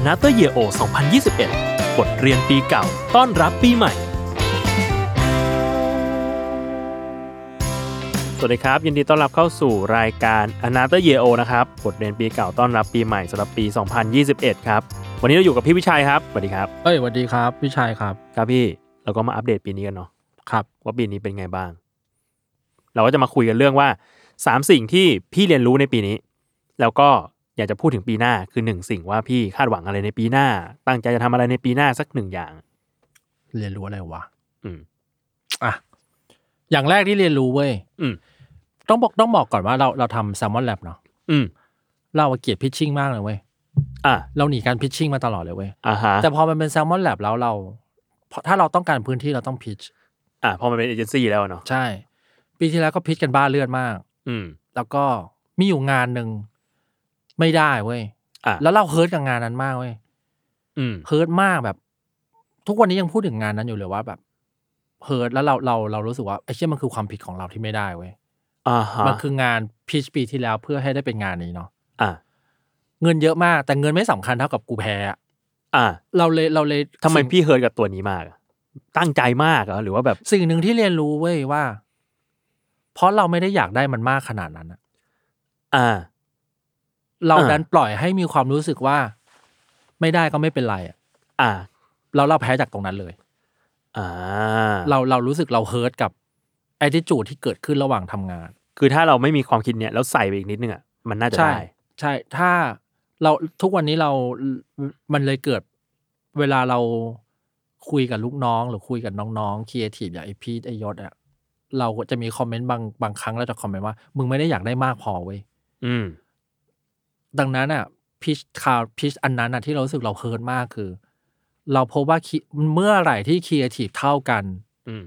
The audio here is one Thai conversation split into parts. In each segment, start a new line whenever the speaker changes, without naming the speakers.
a n o t h e r Year O 2021 บทเรียนปีเก่า ต้อนรับปีใหม่ สวัสดีครับ ยินดีต้อนรับเข้าสู่รายการ a n o t h e r Year O นะครับ บทเรียนปีเก่า ต้อนรับปีใหม่สำหรับปี 2021 ครับ วันนี้เราอยู่กับพี่วิชัยครับ สวัสดีครับ
เอ้ยสวัสดีครับ พี่ชายครับ
ครับพี่ เราก็มาอัปเดตปีนี้กันเนาะ
ครับ
ว่าปีนี้เป็นไงบ้าง เราก็จะมาคุยกันเรื่องว่าสามสิ่งที่พี่เรียนรู้ในปีนี้ แล้วก็อยากจะพูดถึงปีหน้าคือหนึ่งสิ่งว่าพี่คาดหวังอะไรในปีหน้า ตั้งใจจะทำอะไรในปีหน้าสักหนึ่งอย่าง
เรียนรู้อะไรวะ
อืม
อ่ะ อย่างแรกที่เรียนรู้เว้ย
อืม
ต้องบอกต้องบอกก่อนว่าเราเราทำแซมมอนแลบเนาะ
อืม
เราเกลียดพิชชิ่งมากเลยเว้ย
อ่ะ
เราหนีการพิชชิ่งมาตลอดเลยเว้ย
อ่าฮะ
แต่พอมันเป็นแซมมอนแลบแล้วเราเพราะถ้าเราต้องการพื้นที่เราต้องพิช
อ่ะพอมันเป็นเอเจนซี่แล้วอะเนาะ
ใช่ ปีที่แล้วก็พิชกันบ้าเลือดมาก
อืม
แล้วก็มีอยู่งานหนึ่งไม่ได้เว้ย
อ่ะ
แล้วเราเฮิร์ตกับงานนั้นมากเว้ย
อืม
เฮิร์ตมากแบบ ทุกวันนี้ยังพูดถึงงานนั้นอยู่เลยว่าแบบเฮิร์ตแล้วเราเราเรารู้สึกว่าไอ้เชี่ยมันคือความผิดของเราที่ไม่ได้เว้ย
อ่าฮะ
มันคืองานพีชปีที่แล้วเพื่อให้ได้เป็นงานนี้เนาะ
อ่ะ
เงินเยอะมากแต่เงินไม่สำคัญเท่ากับกูแพ้อะ
อ่ะ
เราเลยเราเลย
ทำไม
สิ่ง
พี่เฮิร์ตกับตัวนี้มากอะตั้งใจมากเหรอหรือว่าแบบ
สิ่งหนึ่งที่เรียนรู้เว้ยว่า เพราะเราไม่ได้อยากได้มันมากขนาดนั้นอะ
อ่า
เรา
อ่า
ดันปล่อยให้มีความรู้สึกว่า ไม่ได้ก็ไม่เป็นไรอะ
อ่า
เราเราแพ้จากตรงนั้นเลย
อ่า
เราเรารู้สึกเราเฮิร์ตกับแอดดิจูดที่เกิดขึ้นระหว่างทำงาน
คือถ้าเราไม่มีความคิดเนี้ยแล้วใส่ไปอีกนิดนึงอ่ะมันน่าจะ
ใช่
ได้
ใช่ถ้าเราทุกวันนี้เรามันเลยเกิดเวลาเราคุยกับลูกน้องหรือคุยกับน้องๆครีเอทีฟอย่างไอพีทไอยศอะเราก็จะมีคอมเมนต์บางบางครั้งเราจะคอมเมนต์ว่า มึงไม่ได้อยากได้มากพอเว้ย
อืม
ดังนั้นอะพีชคาวพีชอันนั้นอะที่เรารู้สึกเราเฮิร์ตมากคือ เราพบว่า cre- เมื่อไหร่ที่ครีเอทีฟเท่ากัน
อืม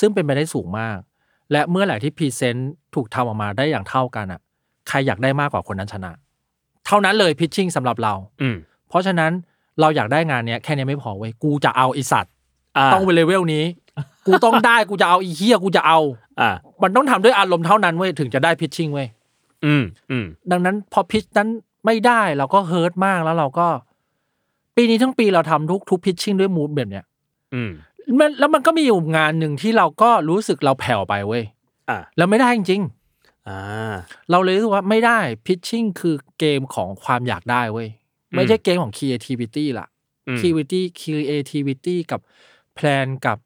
ซึ่งเป็นไปได้สูงมาก และเมื่อไหร่ที่พรีเซนต์ถูกทำออกมาได้อย่างเท่ากันอ่ะ ใครอยากได้มากกว่าคนนั้นชนะ เท่านั้นเลยพิชชิ่งสำหรับเรา
อืม
เพราะฉะนั้นเราอยากได้งานเนี้ยแค่เนี้ยไม่พอเว้ยกูจะเอาไอสัตว์
า
ต้องเป็นเลเวลนี้ กูต้องได้กูจะเอาไอีเฮียกูจะเอา
อ่า
มันต้องทำด้วยอารมณ์เท่านั้นเว้ยถึงจะได้พิชชิ่งเว้ย
อืมอืม
ดังนั้นพอพิชนั้นไม่ได้เราก็เฮิร์ตมากแล้วเราก็ ปีนี้ทั้งปีเราทำทุกทุกพิชชิ่งด้วยมูดแบบเนี้ย
อืม
มันแล้วมันก็มีอยู่งานหนึ่งที่เราก็รู้สึกเราแผ่วไปเว้ย
อ่า
แล้วไม่ได้จริง
อ่า
ๆ เราเลยรู้สึกว่าไม่ได้พิชชิ่งคือเกมของความอยากได้เว้ย
อืม
ไม่ใช่เกมของ creativity ล่ะ
อืม
creativity creativity กับ plan กับ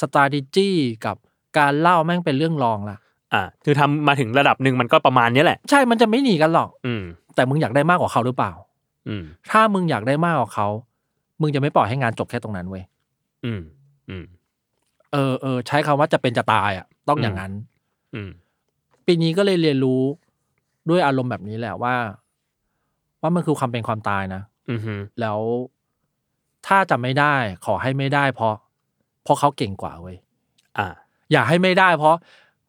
strategy กับการเล่าแม่งเป็นเรื่องรองล่ะ
อ่าคือทำมาถึงระดับหนึ่งมันก็ประมาณเนี้ยแหละ
ใช่มันจะไม่หนีกันหรอก
อืม
แต่มึงอยากได้มากกว่าเขาหรือเปล่า
อืม
ถ้ามึงอยากได้มากกว่าเขา มึงจะไม่ปล่อยให้งานจบแค่ตรงนั้นเว้ย
อืม อืม
เออเออใช้คำว่าจะเป็นจะตายอ่ะต้องอย่างนั้น
อืม
ปีนี้ก็เลยเรียนรู้ด้วยอารมณ์แบบนี้แหละว่า ว่ามันคือความเป็นความตายนะ
อืมฮึ
แล้วถ้าจะไม่ได้ขอให้ไม่ได้เพราะ เพราะเขาเก่งกว่าเว้ย
อ่า
อย่าให้ไม่ได้เพราะ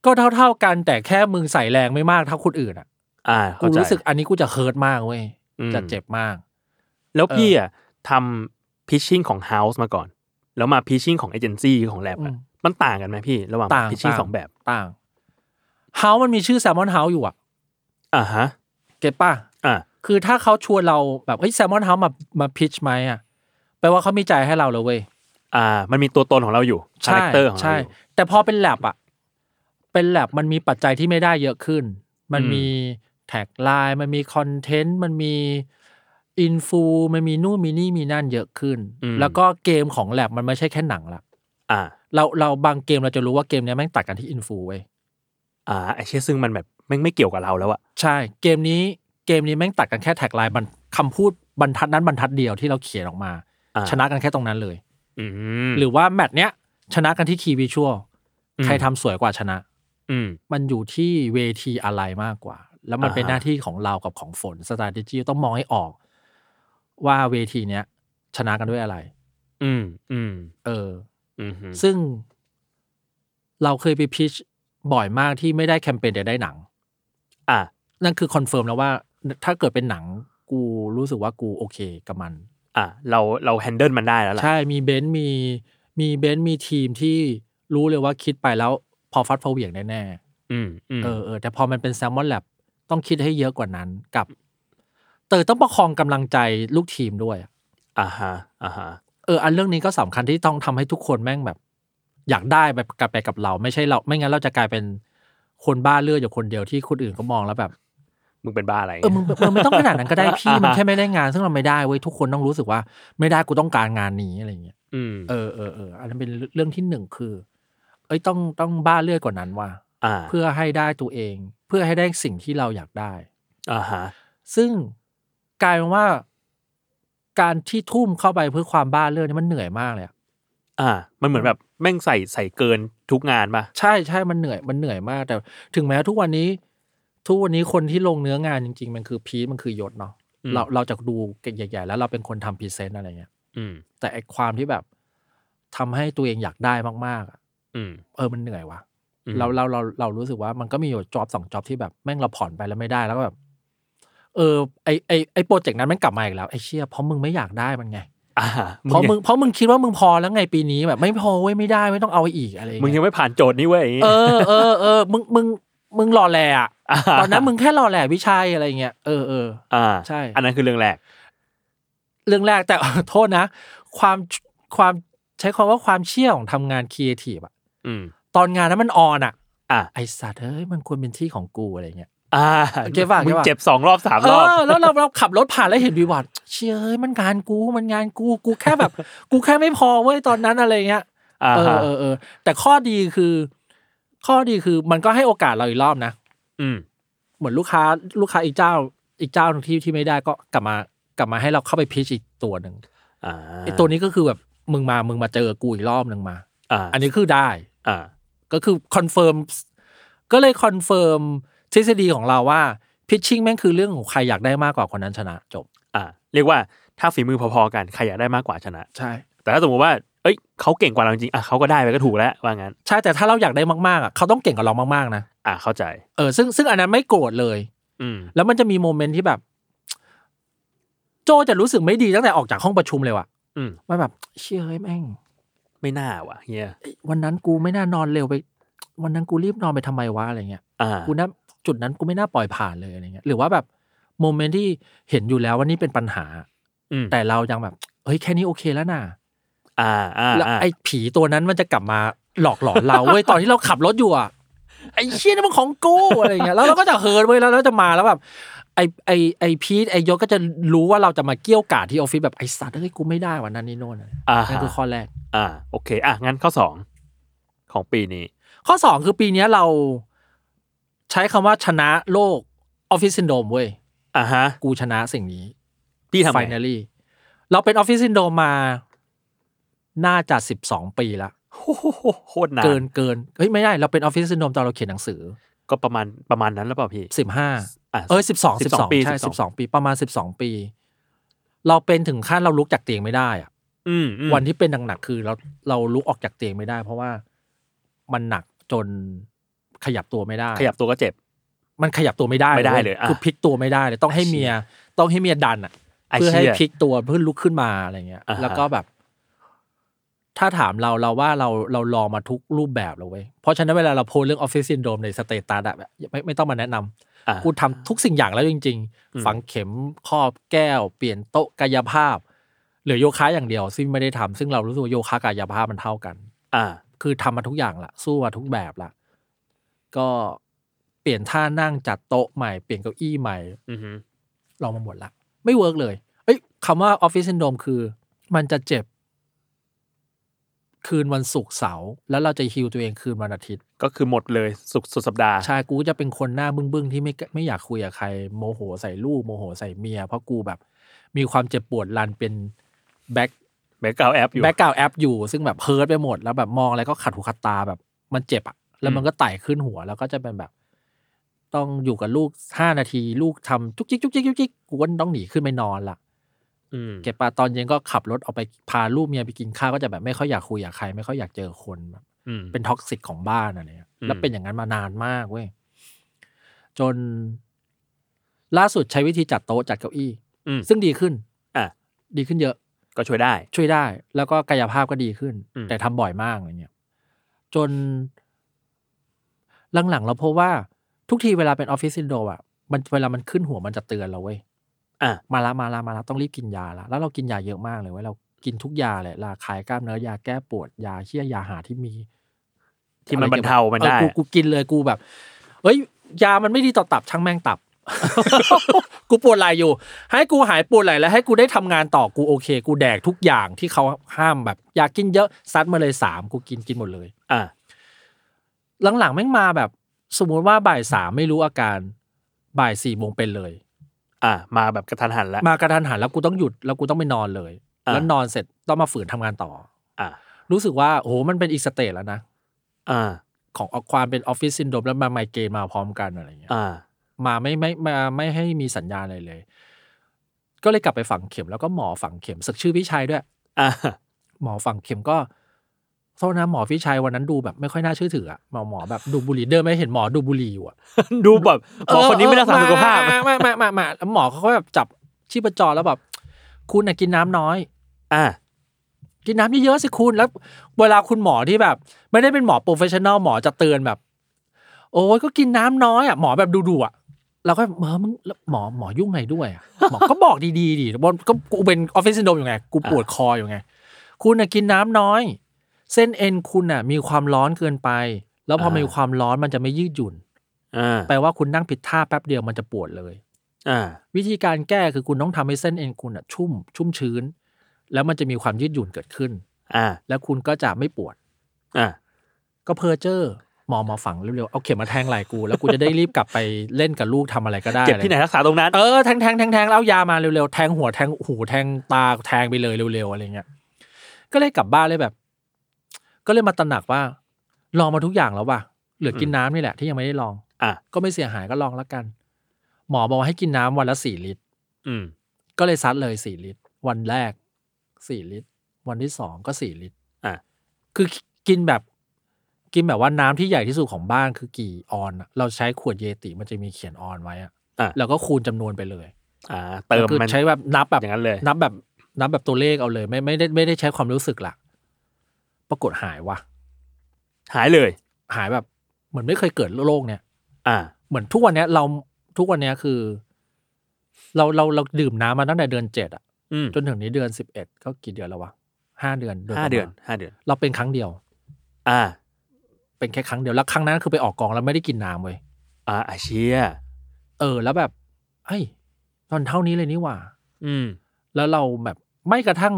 ก็เท่าเท่าๆกันแต่แค่มึงใส่แรงไม่มากเท่าคนอื่นอ่ะ
อ่า
กู
เข้าใจ
รู้สึกอันนี้กูจะเฮิร์ตมากเว้ย
อืม
จะเจ็บมาก
แล้วพี่อ่ะทำพิชชิ่งของ House มาก่อน แล้วมาพิชชิ่งของเอเจนซี่ของแลบ
อืม
มันต่างกันไหมพี่ ระหว่าง
ต่าง
พิชชิ่ง
ต่า
สองแบบ
ต่างเฮามันมีชื่อแซมมอนเฮาอยู่อ่ะ
อ่าฮะ
เก็ตป่ะ
อ่า
คือถ้าเขาชวนเราแบบเฮ้ยแซมมอนเฮามามาพิชไหมอ่ะแปลว่าเขามีใจให้เราเลยเว้ย
อ่า มันมีตัวตนของเราอยู่คา
ใช่
แรคเตอร์ของเรา
ใช่
อยู่
แต่พอเป็นแลบอะเป็นแลบมันมีปัจจัยที่ไม่ได้เยอะขึ้น มัน
อืม
มีแท็กไลน์มันมีคอนเทนต์มันมีอินฟูมันมีนู่นมีนี่มีนั่นเยอะขึ้น แล้วก็เกมของแลบมันไม่ใช่แค่หนังละ
อ่า
เราเราบางเกมเราจะรู้ว่าเกมเนี้ยแม่งตัดกันที่อินฟูเว้ย
อ่าไอเชี่ยซึ่งมันแบบไม่งไม่เกี่ยวกับเราแล้วอะ
ใช่เกมนี้เกมนี้แม่งตัดกันแค่แท็กไลน์มันคำพูดบรรทัดนั้นบรรทัดเดียวที่เราเขียนออกมา
อ่า
ชนะกันแค่ตรงนั้นเลย
อืม
หรือว่าแมตช์เนี้ยชนะกันที่คีวิชวล
อืม
ใครทำสวยกว่าชนะ
อืม
มันอยู่ที่เวทีอะไรมากกว่า แล้วมัน
อ่าฮะ
เป็นหน้าที่ของเรากับของฝนสตา t e g จีต้องมองให้ออก ว่าเวทีเนี้ย ชนะกันด้วยอะไร
อืมอืม
เออ
อืม
ซึ่งเราเคยไปพิชบ่อยมากที่ไม่ได้แคมเปญแต่ได้หนัง
อ่า
นั่นคือคอนเฟิร์มแล้วว่า ถ้าเกิดเป็นหนัง กูรู้สึกว่ากูโอเคกับมัน
อ่า เราเราแฮนเดิลมันได้แล้วล่ะ
ใช่มีเบนซ์มีมีเบนซ์มีทีมที่รู้เลยว่าคิดไปแล้ว พอฟัดพอเหวี่ยงแน่ๆ
อืมอืม
เออเออแต่พอมันเป็นแซลมอนแลบต้องคิดให้เยอะกว่านั้นกับเตอต้องประคองกำลังใจลูกทีมด้วยอะ
อ่าฮะอ่าฮะ
เอออันเรื่องนี้ก็สำคัญที่ต้องทำให้ทุกคนแม่งแบบ อยากได้แบบกลับไปกับเรา ไม่ใช่เรา ไม่งั้นเราจะกลายเป็นคนบ้าเลือดอยู่คนเดียวที่คนอื่นก็มองแล้วแบบ
มึงเป็นบ้าอะไร
เออมึงมึงไม่ต้องขนาดนั้นก็ได้พี่ มันแค่ไม่ได้งาน ซึ่งเราไม่ได้เว้ยทุกคนต้องรู้สึกว่า ไม่ได้กูต้องการงานนี้อะไรอย่างเงี้ย
อืม
เออเออเอออันนั้นเป็นเรื่องที่หนึ่งคือ เอ้ยต้องต้องบ้าเลือดกว่านั้นว่ะ
อ่า
เพื่อให้ได้ตัวเอง เพื่อให้ได้สิ่งที่เราอยากได้
อ่าฮะ
ซึ่งกลายเป็นว่าการที่ทุ่มเข้าไปเพื่อความบ้าเรื่องนี่มันเหนื่อยมากเลยอะ
อ่า มันเหมือนแบบแม่งใส่ใส่เกินทุกงานป่ะ
ใช่ใช่มันเหนื่อยมันเหนื่อยมาก แต่ถึงแม้ทุกวันนี้ ทุกวันนี้คนที่ลงเนื้องานจริง ๆ มันคือพีทมันคือยศเนาะเราเราจะดูใหญ่ๆแล้วเราเป็นคนทำพรีเซนต์อะไรเงี้ย
อืม
แต่ไอความที่แบบทำให้ตัวเองอยากได้มากๆอะ
อืม
เออมันเหนื่อยว่ะ
อืม
เราเราเราเรารู้สึกว่ามันก็มีอยู่จ็อบสองจ็อบที่แบบแม่งเราผ่อนไปแล้วไม่ได้แล้วก็แบบเออไอไอไอโปรเจกต์นั้นแม่งกลับมาอีกแล้วไอเชี่ยเพราะมึงไม่อยากได้มันไง
อ่า
เพราะมึงเพราะมึงคิดว่ามึงพอแล้วไงปีนี้แบบไม่พอเว้ยไม่ได้ไม่ต้องเอาอีกอะไร
มึงยั
เงี้ย
งไม่ผ่านโจทย์นี้เว้ย
เออเออเออมึงมึงมึงหล่อแหล่อะ
า
ตอนนั้นมึงแค่หล่อแหล่วิชัยอะไรเงี้ยเออเออ
อ่า
ใช่
อันนั้นคือเรื่องแรก
เรื่องแรกแต่ โทษนะ ความความใช้คำว่าความเชี่ยของทำงานครีเอทีฟอะ
อืม
ตอนงานนั้นมันออนอะ
อ่ะ
ไอสัตว์เฮ้ยมันควรเป็นที่ของกูอะไรเงี้ย
อ่า
โอเคป่ะโอเคป่ะ
มึงเจ็บสองรอบสาม
เอ
รอบ
อแล้วเราเราขับรถผ่านแล้วเห็นวิวัฒน์เชี่ยเฮ้ยมันงานกูมันงานกูกูแค่แบบ กูแค่ไม่พอเว้ยตอนนั้นอะไรเงี้ย
อ่า
เอ
ฮะ
อเออเออแต่ข้อดีคือ ข้อดีคือมันก็ให้โอกาสเราอีกรอบนะ
อืม
เหมือนลูกค้าลูกค้าอีกเจ้าอีกเจ้าหนึ่งที่ที่ไม่ได้ก็กลับมากลับมาให้เราเข้าไปพิชอีกตัวหนึ่ง
อ่า
ไอตัวนี้ก็คือแบบมึงมามึงมาเจอกูอีกรอบหนึ่งมา
อ่า
อันนี้คือได้
อ่า
ก็คือคอนเฟิร์มก็เลยคอนเฟิร์มทฤษฎีของเราว่าพิชชิ่งแม่งคือเรื่องของใครอยากได้มากกว่าคนนั้นชนะจบ
อ่า เรียกว่าถ้าฝีมือพอๆกันใครอยากได้มากกว่าชนะ
ใช่
แต่ถ้าสมมติว่า เอ้ยเขาเก่งกว่าเราจริงๆอ่ะเขาก็ได้ไปก็ถูกแล้วว่างั้น
ใช่แต่ถ้าเราอยากได้มากๆอ่ะเขาต้องเก่งกับเรามากๆนะ
อ่าเข้าใจ
เออซึ่งซึ่งอันนั้นไม่โกรธเลย
อืม
แล้วมันจะมีโมเมนต์ที่แบบ โจจะรู้สึกไม่ดีตั้งแต่ออกจากห้องประชุมเลยว่ะ
อืม
ว่าแบบ เชื่อเฮ้ยแม่ง
ไม่น่าว่ะเฮีย
เอ้ยวันนั้นกูไม่น่านอนเร็วไป วันนั้นกูรีบนอนไปทำไมวะอะไรเงี้ย
อ่า
กูน่าจุดนั้นกูไม่น่าปล่อยผ่านเลยอะไรเงี้ยหรือว่าแบบโมเมนต์ที่เห็นอยู่แล้วว่านี่เป็นปัญหา
อืม
แต่เรายังแบบเฮ้ยแค่นี้โอเคแล้วน่ะ
อ่าอ่า
แล้ว
อ่า
ไอ้ผีตัวนั้นมันจะกลับมาหลอกหลอนเรา เว้ย ตอนที่เราขับรถอยู่อ่ะไอ้เชี่ยนี่มันของกูอะไรเงี้ยแล้วเราก็จะเฮิร์นเว้ยแล้วเราจะมาแล้วแบบ ไอไอไอพีทไอยศก็จะรู้ว่าเราจะมาเกี่ยวกาดที่ออฟฟิศแบบไอสัตว์เอ้ยกูไม่ได้วันนั้นนี่โน่นอะไร
อ่า
นั่นคือข้อแรก
อ่า โอเค อ่ะงั้นข้อสองของปีนี้
ข้อสองคือปีเนี้ยเราใช้คำว่าชนะโลกออฟฟิศซินโดมเว้ย
อ่าฮะ
กูชนะสิ่งนี้
พี่ทำไง
น a ลี่เราเป็นออฟฟิศซินโดมมา น่าจะสิบสองปีละ
โอ้โหโคตรนาน
เกินเกินเฮ้ยไม่ได้ เราเป็นออฟฟิศซินโดมตอนเราเขียนหนังสือ
ก็ประมาณประมาณนั้นแล้วเปล่าพี่
สิบห้า
อ่ะ
เอ้ยสิบสองสิบสอง
ปี
ใช่สิบสอง
12
ปีประมาณสิบสองปี เราเป็นถึงขั้นเราลุกจากเตียงไม่ได้อะ
อืมอืม
วันที่เป็นหนักๆคือเราเราลุกออกจากเตียงไม่ได้ เพราะว่ามันหนักจนขยับตัวไม่ได้
ขยับตัวก็เจ็บ
มันขยับตัวไม่ได้
ไม่ได้
ว้
เลยอ่ะ
คือพลิกตัวไม่ได้เลย ต้องให้
ไอ้เชี่
เมี
ย
ยต้องให้เมียดันอ่ะ
ไอ้
เพื่อให้
เชี่ย
พลิกตัวเพื่อลุกขึ้นมาอะไรเงี้ย
อ่าฮะ
แล้วก็แบบ ถ้าถามเราเราว่าเราเราลองมาทุกรูปแบบแล้วเว้ยเพราะฉะนั้นเวลาเราโพสเรื่องออฟฟิศซินโดมในสเตตัสอะแบบไม่ไม่ต้องมาแนะนำ
อ่ะ
กูทำทุกสิ่งอย่างแล้วจริง
อืม
ๆ ฝังเข็มครอบแก้ว เปลี่ยนโต๊ะกายภาพ เหลือโยคะอย่างเดียวซึ่งไม่ได้ทำซึ่งเรารู้สึกว่าโยคะกับกายภาพมันเท่ากัน
อ่า
คือทำมาทุกอย่างละสู้มาทุกแบบละก็เปลี่ยนท่านั่งจัดโต๊ะใหม่เปลี่ยนเก้าอี้ใหม่
อือฮึ
ลองมาหมดละไม่เวิร์กเลย เอ้ยคำว่าออฟฟิศซินโดมคือ มันจะเจ็บ คืนวันศุกร์เสาร์แล้วเราจะฮิวตัวเองคืนวันอาทิตย์
ก็คือหมดเลยสุดสุดสัปดาห์
ชายกูจะเป็นคนหน้าบึ้งๆ ที่ไม่ไม่อยากคุยกับใคร โมโหใส่ลูกโมโหใส่เมีย เพราะกูแบบ มีความเจ็บปวดรันเป็นแบ็ค
แบ็กกราวแอปอยู่
แบ็คกราวแอปอยู่ ซึ่งแบบเพิร์ดไปหมด แล้วแบบมองอะไรก็ขัดหูขัดตาแบบ มันเจ็บอะแล้วมันก็ไต่ขึ้นหัว แล้วก็จะเป็นแบบ ต้องอยู่กับลูกห้านาที ลูกทำจุกจิกจุกจิกจุกจิกกูก็ต้องหนีขึ้นไปนอนละ
อืม
เก็บปลาตอนเย็นก็ขับรถออกไปพาลูกเมียไปกินข้าวก็จะแบบไม่ค่อยอยากคุยกับใคร ไม่ค่อยอยากเจอคนแบบ
อืม
เป็นท็อกซิกของบ้านอะไรเงี้ย
อืม
แล้วเป็นอย่างนั้นมานานมากเว้ยจน ล่าสุดใช้วิธีจัดโต๊ะจัดเก้าอี้
อืม
ซึ่งดีขึ้น
อ่ะ
ดีขึ้นเยอะ
ก็ช่วยได้
ช่วยได้ แล้วก็กายภาพก็ดีขึ้น
อืม
แต่ทำบ่อยมากอะไรเงี้ยจน หลังๆเราพบว่าทุกทีเวลาเป็นออฟฟิศซินโดรมอ่ะมันเวลามันขึ้นหัวมันจะเตือนเราเว้ย
อ่ะ
มาละมาละมาละต้องรีบกินยาละแล้วเรากินยาเยอะมากเลยเว้ยเรากินทุกยาเลยลาคลายกล้ามเนื้อยาแก้ปวดยาเชี่ยยาหาที่มี
ที่มันบรรเทามันได้
ออกูกูกินเลยกูแบบ เอ้ย ยามันไม่ดีต่อตับช่างแม่ง ตับ กูปวดไหลอยู่ ให้กูหายปวดไหลแล้วให้กูได้ทำงานต่อกูโอเค กูแดกทุกอย่างที่เขาห้ามแบบอยากกินเยอะซัดมาเลยสามกูกินกินหมดเลย
อ่ะ
หลังๆแม่งมาแบบ สมมุติว่าบ่ายสามไม่รู้อาการบ่ายสี่โมงเป็นเลย
อ่ะ มาแบบกระทันหันแล้ว
มากระทันหันแล้วกูต้องหยุดแล้วกูต้องไปนอนเลย
อ่า
แล้วนอนเสร็จต้องมาฝืนทำงานต่อ
อ่ะ
รู้สึกว่าโอ้โหมันเป็นอีกสเตจแล้วนะ
อ่า
ของความเป็นออฟฟิศซินโดรมแล้วมาไมเกรนมาพร้อมกันอะไรอย่างเงี้ย
อ่า
มาไม่ไม่มาไม่ให้มีสัญญาณอะไรเลย ก็เลยกลับไปฝังเข็มแล้วก็หมอฝังเข็ม สึกชื่อพี่ชัยด้วย
อ่า
หมอฝังเข็มก็โทษนะหมอพี่ชัยวันนั้นดูแบบไม่ค่อยน่าเชื่อถืออะหมอหมอแบบดูดบุหรี่เดินไม่เห็นหมอดูดบุหรี่อยู่อะ
ดูแบบหมอคนนี้ไม่รักษาสุขภาพ
เออมามามามามาแล้วหมอเขาก็แบบจับชีพจรแล้วแบบ คุณน่ะกินน้ำน้อย
อ่ะ
กินน้ำเยอะๆสิคุณ แล้ว เวลาคุณหมอที่แบบ ไม่ได้เป็นหมอโปรเฟชชั่นแนลหมอจะเตือนแบบ โอ้ยก็กินน้ำน้อยอ่ะหมอแบบดูๆอ่ะเราก็แบบเออมึงแล้วหมอหมอยุ่งไงด้วยอ่ะหมอก็บอกดีๆดิบนก็กูเป็นออฟฟิศซินโดมอยู่ไง กูปวดคออยู่ไง คุณน่ะกินน้ำน้อย เส้นเอ็นคุณน่ะ มีความร้อนเกินไป แล้วพอ
อ่ามี
มีความร้อนมันจะไม่ยืดหยุ่น
อ่า
แปลว่าคุณนั่งผิดท่าแป๊บเดียวมันจะปวดเลย
อ่า
วิธีการแก้คือคุณต้องทำให้เส้นเอ็นคุณอะชุ่ม ชุ่มชื้น แล้วมันจะมีความยืดหยุ่นเกิดขึ้น
อ่า
แล้วคุณก็จะไม่ปวด
อ่า
ก็เพอเจอร์หมอหมอฝังเร็วๆเอาเข็มมาแทงไหล่กู แล้วกูจะได้รีบกลับไปเล่นกับลูกทำอะไรก็ได้
เจ็บที่ไหนรักษาตรงนั้น
เออแทงแทงแทงแทงแล้วเอายามาเร็วๆแทงหัวแทงหูแทงตาแทงไปเลยเร็วๆอะไรเงี้ยก็เลยกลับบ้านเลยแบบ ก็เลยมาตระหนักว่า ลองมาทุกอย่างแล้วว่ะเหลือกินน้ำนี่แหละที่ยังไม่ได้ลอง
อ่ะ
ก็ไม่เสียหายก็ลองแล้วกัน หมอบอกว่าให้กินน้ำวันละสี่ลิตร
อืม
ก็เลยซัดเลยสี่ลิตร วันแรกสี่ลิตร วันที่สองก็สี่ลิตร
อ่ะ
คือกินแบบ กินแบบว่าน้ำที่ใหญ่ที่สุดของบ้านคือกี่ออนอะเราใช้ขวดเยติมันจะมีเขียนออนไว้อะ
อ่ะ
แล้วก็คูณจำนวนไปเลย
อ่า เติม
คือ
มัน
ใช้แบบนับแบบ
อย่างนั้นเลย
นับแบบนับแบบตัวเลขเอาเลย ไม่ไม่ได้ไม่ได้ใช้ความรู้สึกละปรากฏหายว่ะ
หายเลย
หายแบบเหมือนไม่เคยเกิดโรคเนี่ย
อ่า
เหมือนทุกวันเนี้ยเราทุกวันเนี้ยคือ เราเราเราดื่มน้ำมาตั้งแต่เดือนเจ็ดอะ
อืม
จนถึงนี้เดือนสิบเอ็ดก็กี่เดือนแล้ววะห้าเดือนโย
ห้า
ประมณ
เดือนห้าเดือน
เราเป็นครั้งเดียว
อ่า
เป็นแค่ครั้งเดียวแล้วครั้งนั้นคือไปออกกองแล้วไม่ได้กินน้ำเว้ย
อ่าอาเชีย
เออ แล้วแบบเฮ้ยตอนเท่านี้เลยนี่หว่า
อืม
แล้วเราแบบไม่กระทั่ง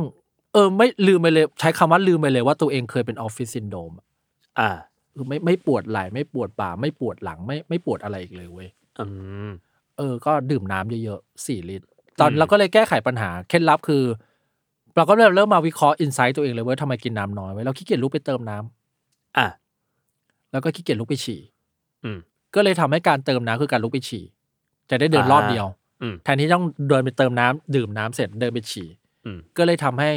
เออ ไม่ลืมไปเลย ใช้คำว่าลืมไปเลยว่าตัวเองเคยเป็นออฟฟิศซินโดรมอะ
อ่า
คือไม่ไม่ปวดไหล่ไม่ปวดบ่า ไม่ปวดหลังไม่ไม่ปวดอะไรอีกเลยเว้ย
อืม
เออ ก็ดื่มน้ำเยอะๆสี่ลิตร ตอน
อืม
เราก็เลยแก้ไขปัญหา เคล็ดลับคือ เราก็เริ่มเริ่มมาวิเคราะห์อินไซต์ตัวเองเลยเว้ยทำไมกินน้ำน้อยเว้ยเราขี้เกียจลุกไปเติมน้ำ
อ่า
แล้วก็ขี้เกียจลุกไปฉี่
อืม
ก็เลยทำให้การเติมน้ำคือการลุกไปฉี่ จะได้เดิน
อ่าร
รอบเดียว
อืม
แทนที่ต้องเดินไปเติมน้ำดื่มน้ำเสร็จเดินไปฉี่
อืม
ก็เลยทำให้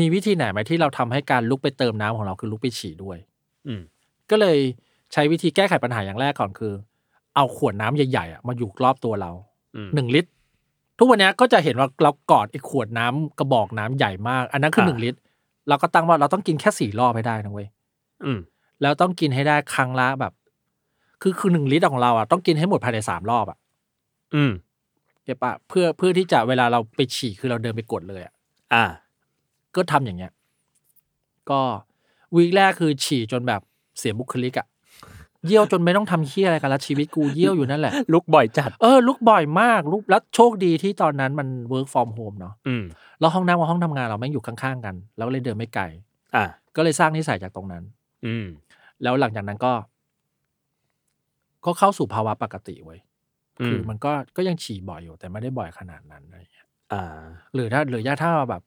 มีวิธีไหนไหมที่เราทำให้การลุกไปเติมน้ำของเราคือลุกไปฉี่ด้วย
อืม
ก็เลยใช้วิธีแก้ไขปัญหาอย่างแรกก่อนคือ เอาขวดน้ำใหญ่ๆอะมาอยู่รอบตัวเรา
อืม
หนึ่งลิตร ทุกวันเนี้ยก็จะเห็นว่าเรากอดไอ้ขวดน้ำกระบอกน้ำใหญ่มาก อันนั้นคืออา หนึ่งลิตร เราก็ตั้งว่าเราต้องกินแค่สี่รอบให้ได้นะเว้ย
อืม
แล้วต้องกินให้ได้ครั้งละแบบ คือคือหนึ่งลิตรของเราอ่ะต้องกินให้หมดภายในสามรอบอ่ะ
อืม
เก็บปะเพื่อเพื่อที่จะเวลาเราไปฉี่คือเราเดินไปกดเลยอ่ะ
อ่า
ก็ทำอย่างเงี้ย ก็วีคแรกคือฉี่จนแบบเสียบุคลิกอะเยี่ยวจนไม่ต้องทำเคี้ยอะไรกันละชีวิตกูเยี่ยวอยู่นั่นแหละ
ลุกบ่อยจัด
เออลุกบ่อยมากลุกแล้วโชคดีที่ตอนนั้นมัน work from home เนาะ
อืม
แล้วห้องน้ำกับห้องทำงานเราแม่งอยู่ข้างๆกัน แล้วเลยเดินไม่ไกล
อ่า
ก็เลยสร้างนิสัยจากตรงนั้น
อืม
แล้วหลังจากนั้นก็ ก็เข้าสู่ภาวะปกติเว้ย
อื
คือ
ม
มันก็ก็ยังฉี่บ่อยอยู่ แต่ไม่ได้บ่อยขนาดนั้นอะไรอย่างเงี้ย
อ่า
หรือถ้าหรือย่าถ้าแบบ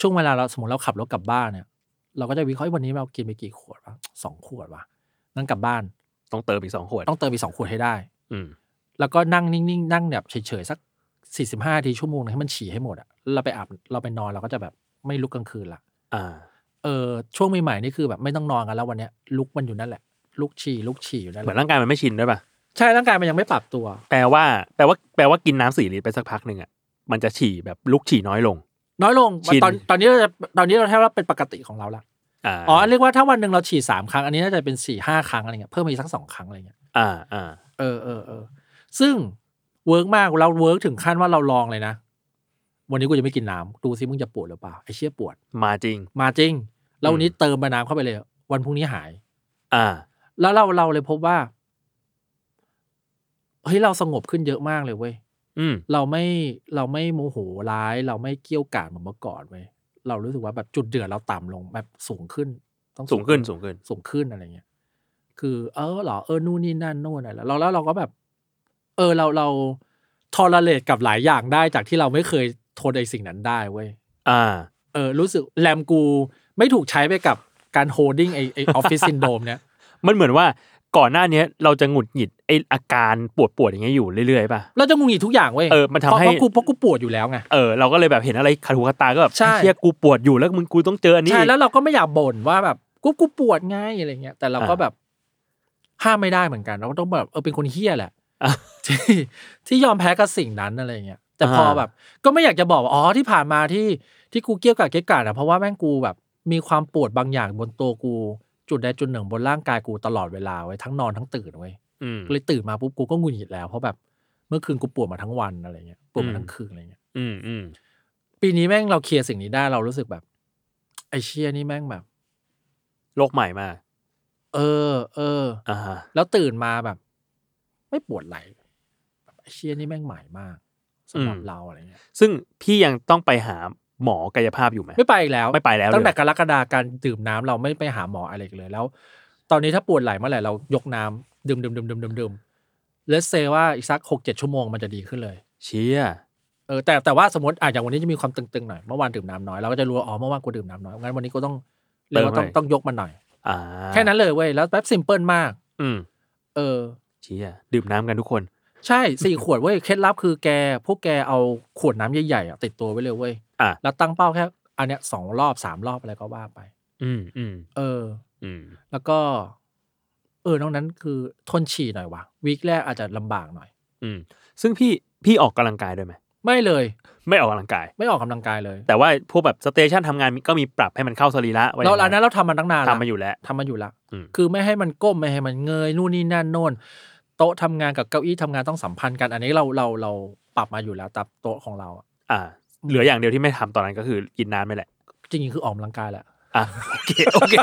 ช่วงเวลาเราสมมติเราขับรถกลับบ้านเนี่ย เราก็จะวิเคราะห์วันนี้เรากินไปกี่ขวดวะสองขวดวะนั่งกลับบ้าน
ต้องเติมอีกสองขวด
ต้องเติมอีกสองขวดให้ได้
อืม
แล้วก็นั่งนิ่งๆนั่งแบบเฉยๆสักสี่สิบห้าทีชั่วโมงหนึ่งให้มันฉี่ให้หมดอะแล้วเราไปอาบเราไปนอนเราก็จะแบบไม่ลุกกลางคืนละ
อ่า
เออช่วงใหม่ๆนี่คือแบบไม่ต้องนอนกันแล้ววันเนี้ยลุกมันอยู่นั่นแหละ ลุกฉี่ลุกฉี่อยู่นั่น
เห
แห
มือน
ละ
ร่างกายมันไม่ชินด้วยป่ะ
ใช่ร่างกายมันยังไม่ปรับตัว
แปลว่า แปลว่า แปลว่ากินน้ำสี่ลิตรไปสักพักหนึ่งอ่ะ มันจะฉี่แบบลุกฉี่น้อยลง
น้อยลง
ชิน
ตอนตอนนี้เราจะตอนนี้เราแทบว่าเป็นปกติของเราละ
อ่า
อ๋อเรียกว่าถ้าวันหนึ่งเราฉี่สามครั้งอันนี้น่าจะเป็นสี่ห้าครั้งอะไรเงี้ยเพิ่มมาอีกสักสองครั้งอะไรเงี้ย
อ่า อ่า
เออเออเออซึ่งเวิร์กมากเราเวิร์กถึงขั้นว่าเราลองเลยนะ วันนี้กูจะไม่กินน้ำดูซิมึงจะปวดหรือเปล่าไอ้เชี่ยปวด
มาจริง
มาจริง แล้ววันนี้
อืม
เติมมาน้ำเข้าไปเลย วันพรุ่งนี้หาย
อ่า
แล้วเราเราเลยพบว่าเฮ้ยเราสงบขึ้นเยอะมากเลยเว้ย
อืม
เราไม่เราไม่โมโหร้าย เราไม่เกี้ยวกราดเหมือนเมื่อก่อนเว้ยเรารู้สึกว่าแบบจุดเดือดเราต่ำลงแบบสูงขึ้น ต้อง
สูงขึ้น สูงขึ้น
สูงขึ้นอะไรเงี้ย คือ เออเหรอเออนู่นนี่นั่นโน่นอะไรแล้วแล้วเราก็แบบ เออเราเราทอร์เรตกับหลายอย่างได้จากที่เราไม่เคยทนไอ้สิ่งนั้นได้เว้ย
อ่า
เออรู้สึกแรมกูไม่ถูกใช้ไปกับการโฮดดิ้งไอไอออฟฟิศซินโดมเนี่ย
มันเหมือนว่าก่อนหน้าเนี้ยเราจะหงุดหงิดไออาการปวดปวดๆอย่างเงี้ยอยู่เรื่อยๆป่ะ
เราจะงุนงิดทุกอย่างเว้ย
เออมันทำให้
เพราะกูเพราะกูปวดอยู่แล้วไง
เออเราก็เลยแบบเห็นอะไรขัดหูขัดตาก็แบบ
ใช่
ไอ้เฮียกูปวดอยู่แล้วมึงกูต้องเจออันนี้
ใช่
อีก
แล้วเราก็ไม่อยากบ่นว่าแบบกูกูปวดไง่ายอะไรเงี้ยแต่เราก็
อ่า
แบบห้ามไม่ได้เหมือนกัน เราก็ต้องแบบเออเป็นคนเฮี้ยแหละ
อ่ะ
ที่ที่ยอมแพ้กับสิ่งนั้นอะไรเงี้ยแต่พออา แบบ ก็ไม่อยากจะบอกว่าอ๋อที่ผ่านมาที่ที่กูเกี้ยวกับเกี้ยวกราดอ่ะเพราะว่าแม่งกูแบบมีความปวดบางอย่างบนตัวกู จุดใดจุดหนึ่งบนร่างกายกูตลอดเวลาไว้ยทั้งนอนทั้งตื่นเว้ย
อืม
ก็เลยตื่นมาปุ๊บกูก็หงุนหงิดแล้วเพราะแบบเมื่อคืนกูปวดมาทั้งวันอะไรเงี้ยปวด
อื
มา
ม
ทั้งคืนอะไรเงี้ย
อืมอืม
ปีนี้แม่งเราเคลียร์สิ่งนี้ได้เรารู้สึกแบบ ไอเชียนี่แม่งแบบ
โลกใหม่มาก
เออ เออ
อ่าฮะ
แล้วตื่นมาแบบ ไม่ปวดไหลแบบไอเชียนี่แม่งใหม่มากสำหรับเราอะไรเงี้ย
ซึ่งพี่ยังต้องไปหาหมอกายภาพอยู่ไหม
ไม่ไปอีกแล้ว
ไม่ไปแล้ว
ตั้งแต่
เลย
กรกฎาการดื่มน้ำเราไม่ไปหาหมออะไรอีกเลยแล้ว ตอนนี้ถ้าปวดไหลเมื่อไหร่เรายกน้ำดื่มดื่มดื่มดื่มดื่มดื่มเลสเซว่าอีกสักหกเจ็ดชั่วโมงมันจะดีขึ้นเลย
เชีย
เออแต่แต่ว่าสมมติอ่ะอย่างวันนี้จะมีความตึงๆหน่อยเมื่อวานดื่มน้ำน้อยเราก็จะรู้ว่าอ๋อเมื่อวานกูดื่มน้ำน้อยงั้นวันนี้กูต้องเรียกว่าต้องต้องยกมันหน่อย
อ่า
แค่นั้นเลยเว้ยแล้วแป๊บซิมเพิลมาก
อืม
เออ
เชียดื่มน้ำกันทุกคน
ใช่สี่ ขวดเว้ยเคล็ดลับคือแก พวกแกเอาขวดน้ำใหญ่ๆอ่ะติดตัวไว้เลยเว้ย
อ่ะ
แล้วตั้งเป้าแค่อันเนี้ยสองรอบสามรอบอะไรก็ว่าไป
อืมอืม
เออ
อืม
แล้วก็ เออนอกนั้นคือทนฉี่หน่อยว่ะวีคแรกอาจจะลำบากหน่อย
อืมซึ่งพี่พี่ออกกำลังกายด้วยไหม
ไม่เลย
ไม่ออกกำลังกาย
ไม่ออกกำลังกายเลย
แต่ว่าพวกแบบสเตชันทำงานก็มีปรับให้มันเข้าสรีระไว้
เรา
ย่ง
อันนั้นเราทำมาตั้งนานละ
ทำมาอยู่แล้ว
ทำมาอยู่ละ
อืม
คือไม่ให้มันก้มไม่ให้มันเงยนู่นนี่นั่นโน่น โต๊ะทำงานกับเก้าอี้ทำงานต้องสัมพันธ์กัน อันนี้เราเราเราปรับมาอยู่แล้วตามโต๊ะของเราอะ
อ่า เหลืออย่างเดียวที่ไม่ทำตอนนั้นก็คือกินน้ำนี่แหละ
จริงๆคือออกกำลังกายแหละ
อ่ะโอเคโอเค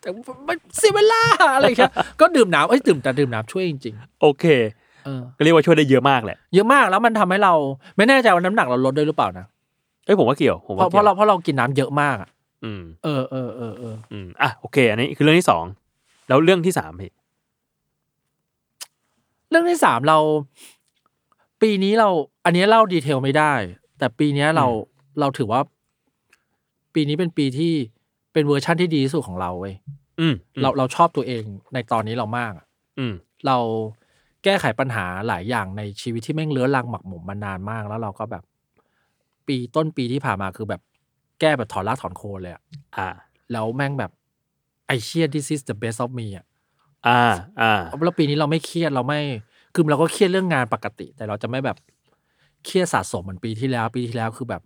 แต่มันเสียเวลา อะไรอย่างเงี้ย ก็ดื่มน้ำเอ้ยดื่มแต่ดื่มน้ำช่วยจริง
โอเค
ๆเออ
ก็เรียกว่าช่วยได้เยอะมากแหละ
เยอะมากแล้วมันทำให้เราไม่แน่ใจว่าน้ำหนักเราลดด้วยหรือเปล่านะ
เอ้ยผมว่าเกี่ยวผม
เพ
ว่าเกี่ย
ราะ
ว
เพราะเราเพราะเรากินน้ำเยอะมากอะ
อืม
เออเออเออเออ
อืมอ่ะโอเค อันนี้คือเรื่องที่สองแล้วเรื่องที่สามพี่
เรื่องที่สามเรา ปีนี้เรา อันนี้เล่าดีเทลไม่ได้ แต่ปีเนี้ยเราเราถือว่า ปีนี้เป็นปีที่เป็นเวอร์ชั่นที่ดีที่สุดของเราเว้ย
อืมอืม
เราเราชอบตัวเองในตอนนี้เรามากอะ
อืม
เราแก้ไขปัญหาหลายอย่างในชีวิตที่แม่งเลื้อรังหมักหมมมานานมาก แล้วเราก็แบบ ปีต้นปีที่ผ่านมาคือแบบแก้แบบถอนรากถอนโคนเลยอะ
อ่า
แล้วแม่งแบบไอเชีย this is the best of me อะ
อ่าอ่า
แล้วปีนี้เราไม่เครียดเราไม่คือเราก็เครียดเรื่องงานปกติ แต่เราจะไม่แบบเครียดสะสมเหมือนปีที่แล้ว ปีที่แล้วคือแบบ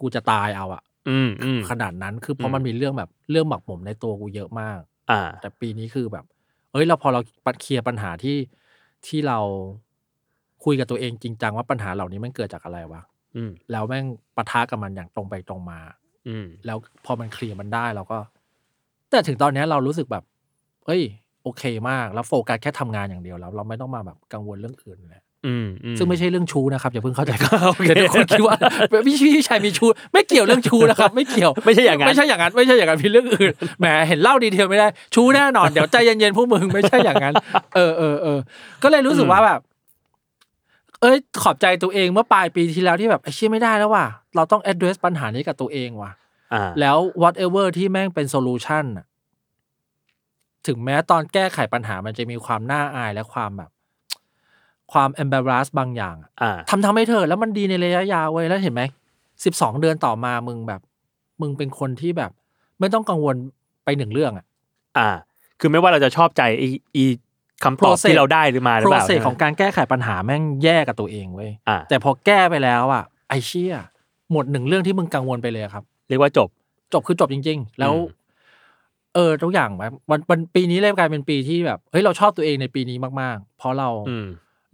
กูจะตายเอาอะ
อืมอืม
ขนาดนั้นคือเพราะ
อืม
มันมีเรื่องแบบเรื่องหมักหมมในตัวกูเยอะมาก
อ่า
แต่ปีนี้คือแบบ เอ้ยเราพอเราปัดเคลียร์ปัญหาที่ที่เราคุยกับตัวเองจริงจังว่าปัญหาเหล่านี้มันเกิดจากอะไรวะ
อืม
แล้วแม่งปะทะกับมันอย่างตรงไปตรงมา
อืม
แล้วพอมันเคลียร์มันได้เราก็ แต่ถึงตอนเนี้ยเรารู้สึกแบบ เอ้ย โอเคมาก แล้วโฟกัสแค่ทำงานอย่างเดียวแล้ว เราไม่ต้องมาแบบกังวลเรื่องอื่นแล้ว
อืมอื
ซึ่งไม่ใช่เรื่องชู้นะครับอย่าเพิ่งเข้าใจกัน
โอเค
เดี๋ยว คนคิดว่าพี่พี่ชายมีชู้ไม่เกี่ยวเรื่องชู้นะครับ ไม่เกี่ยว
ไม่ใช่อย่างนั้น
ไม่ใช่อย่างนั้นไม่ใช่อย่างนั้นพี่เรื่องอื่นแหมเห็นเล่าดีเทลไม่ได้ชู้แน่นอนเดี๋ยวใจเย็นๆพวกมึงไม่ใช่อย่างนั้น เออเออเออก็เลยรู้สึกว่าแบบ เอ้ยขอบใจตัวเองเมื่อปลายปีที่แล้วที่แบบไอ้เชี่ยไม่ได้แล้วว่ะเราต้อง address ปัญหานี้กับตัวเองว่ะ
อ่า
แล้ว whatever ที่แม่งเป็นโซลูชันน่ะถึงแม้ตอนแก้ไขปัญหามันจะมีความน่าอายและความแบบ ความ embarrass บางอย่างอะ
อ่า
ทำทำให้เธอแล้วมันดีในระยะยาวเว้ย แล้วเห็นไหม สิบสองเดือนต่อมามึงแบบ มึงเป็นคนที่แบบ ไม่ต้องกังวลไปหนึ่งเรื่องอะ
อ่า คือไม่ว่าเราจะชอบใจไออีคำตอบ
Process
ที่เราได้หรือมาหรือเปล่า
process ของการแก้ไขปัญหาแม่งแย่กับตัวเองเว้ย
อ่า
แต่พอแก้ไปแล้วอะไอเชี่ยหมดหนึ่งเรื่องที่มึงกังวลไปเลยอะครับ
เรียกว่าจบ
จบคือจบจริง ๆ แล้ว
อืม
เออทุกอย่างแบบวันวันปีนี้เลยกลายเป็นปีที่แบบเฮ้ยเราชอบตัวเองในปีนี้มากๆ เพราะเรา
อืม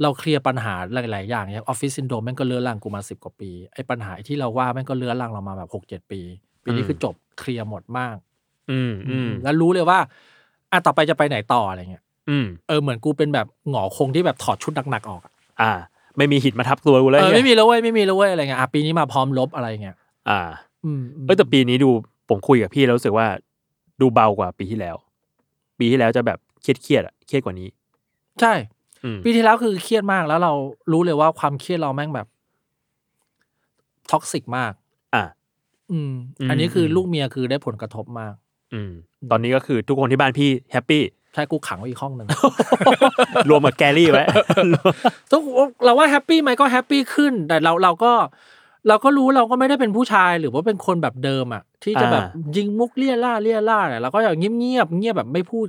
เราเคลียร์ปัญหาหลาย ๆ อย่างอย่างออฟฟิศซินโดรมแม่งก็เลื้อรังกูมาสิบกว่าปีไอ้ปัญหาที่เราว่าแม่งก็เลื้อรังเรามาแบบหกเจ็ดปี ปีนี้
อืม
คือจบเคลียร์หมดมาก
อืมอืม
แล้วรู้เลยว่าอ่ะต่อไปจะไปไหนต่ออะไรเงี้ย
อืม
เออเหมือนกูเป็นแบบหงอคงที่แบบถอดชุดหนักๆออกอะ
อ่า ไม่มีหินมาทับตัวกูแล้ว
เออ
เนี่ย
ไม่มีแล้วเว้ยไม่มีแล้วเว้ยอะไรเงี้ยอ่ะปีนี้มาพร้อมลบอะไรเงี้ย
อ่า
อืม
เอยแต่ปีนี้ดูผมคุยกับพี่แล้วรู้สึกว่า ดูเบากว่าปีที่แล้ว ปีที่แล้วจะแบบเครียดเครียดๆอะเครียดกว่านี้
ใช่
อืม
ปีที่แล้วคือเครียดมากแล้วเรารู้เลยว่าความเครียดเราแม่งแบบท็อกซิกมาก
อ่า
อืม
อืม
อันนี้คือลูกเมียคือได้ผลกระทบมาก
อืม ตอนนี้ก็คือทุกคนที่บ้านพี่แฮปปี้
ใช่กูขังไว้อีกห้อง หนึ่ง
รวมกับแกรี่ ไว้
ทุกเราว่าแฮปปี้ไหมก็แฮปปี้ขึ้น แต่เราเราก็ เราก็รู้เราก็ไม่ได้เป็นผู้ชายหรือว่าเป็นคนแบบเดิมอ่ะ ที่จะ
อ่า
แบบยิงมุกเลี่ยล่าเลี่ยล่าเนี่ยเราก็อย่างเงียบๆเงียบแบบไม่พูด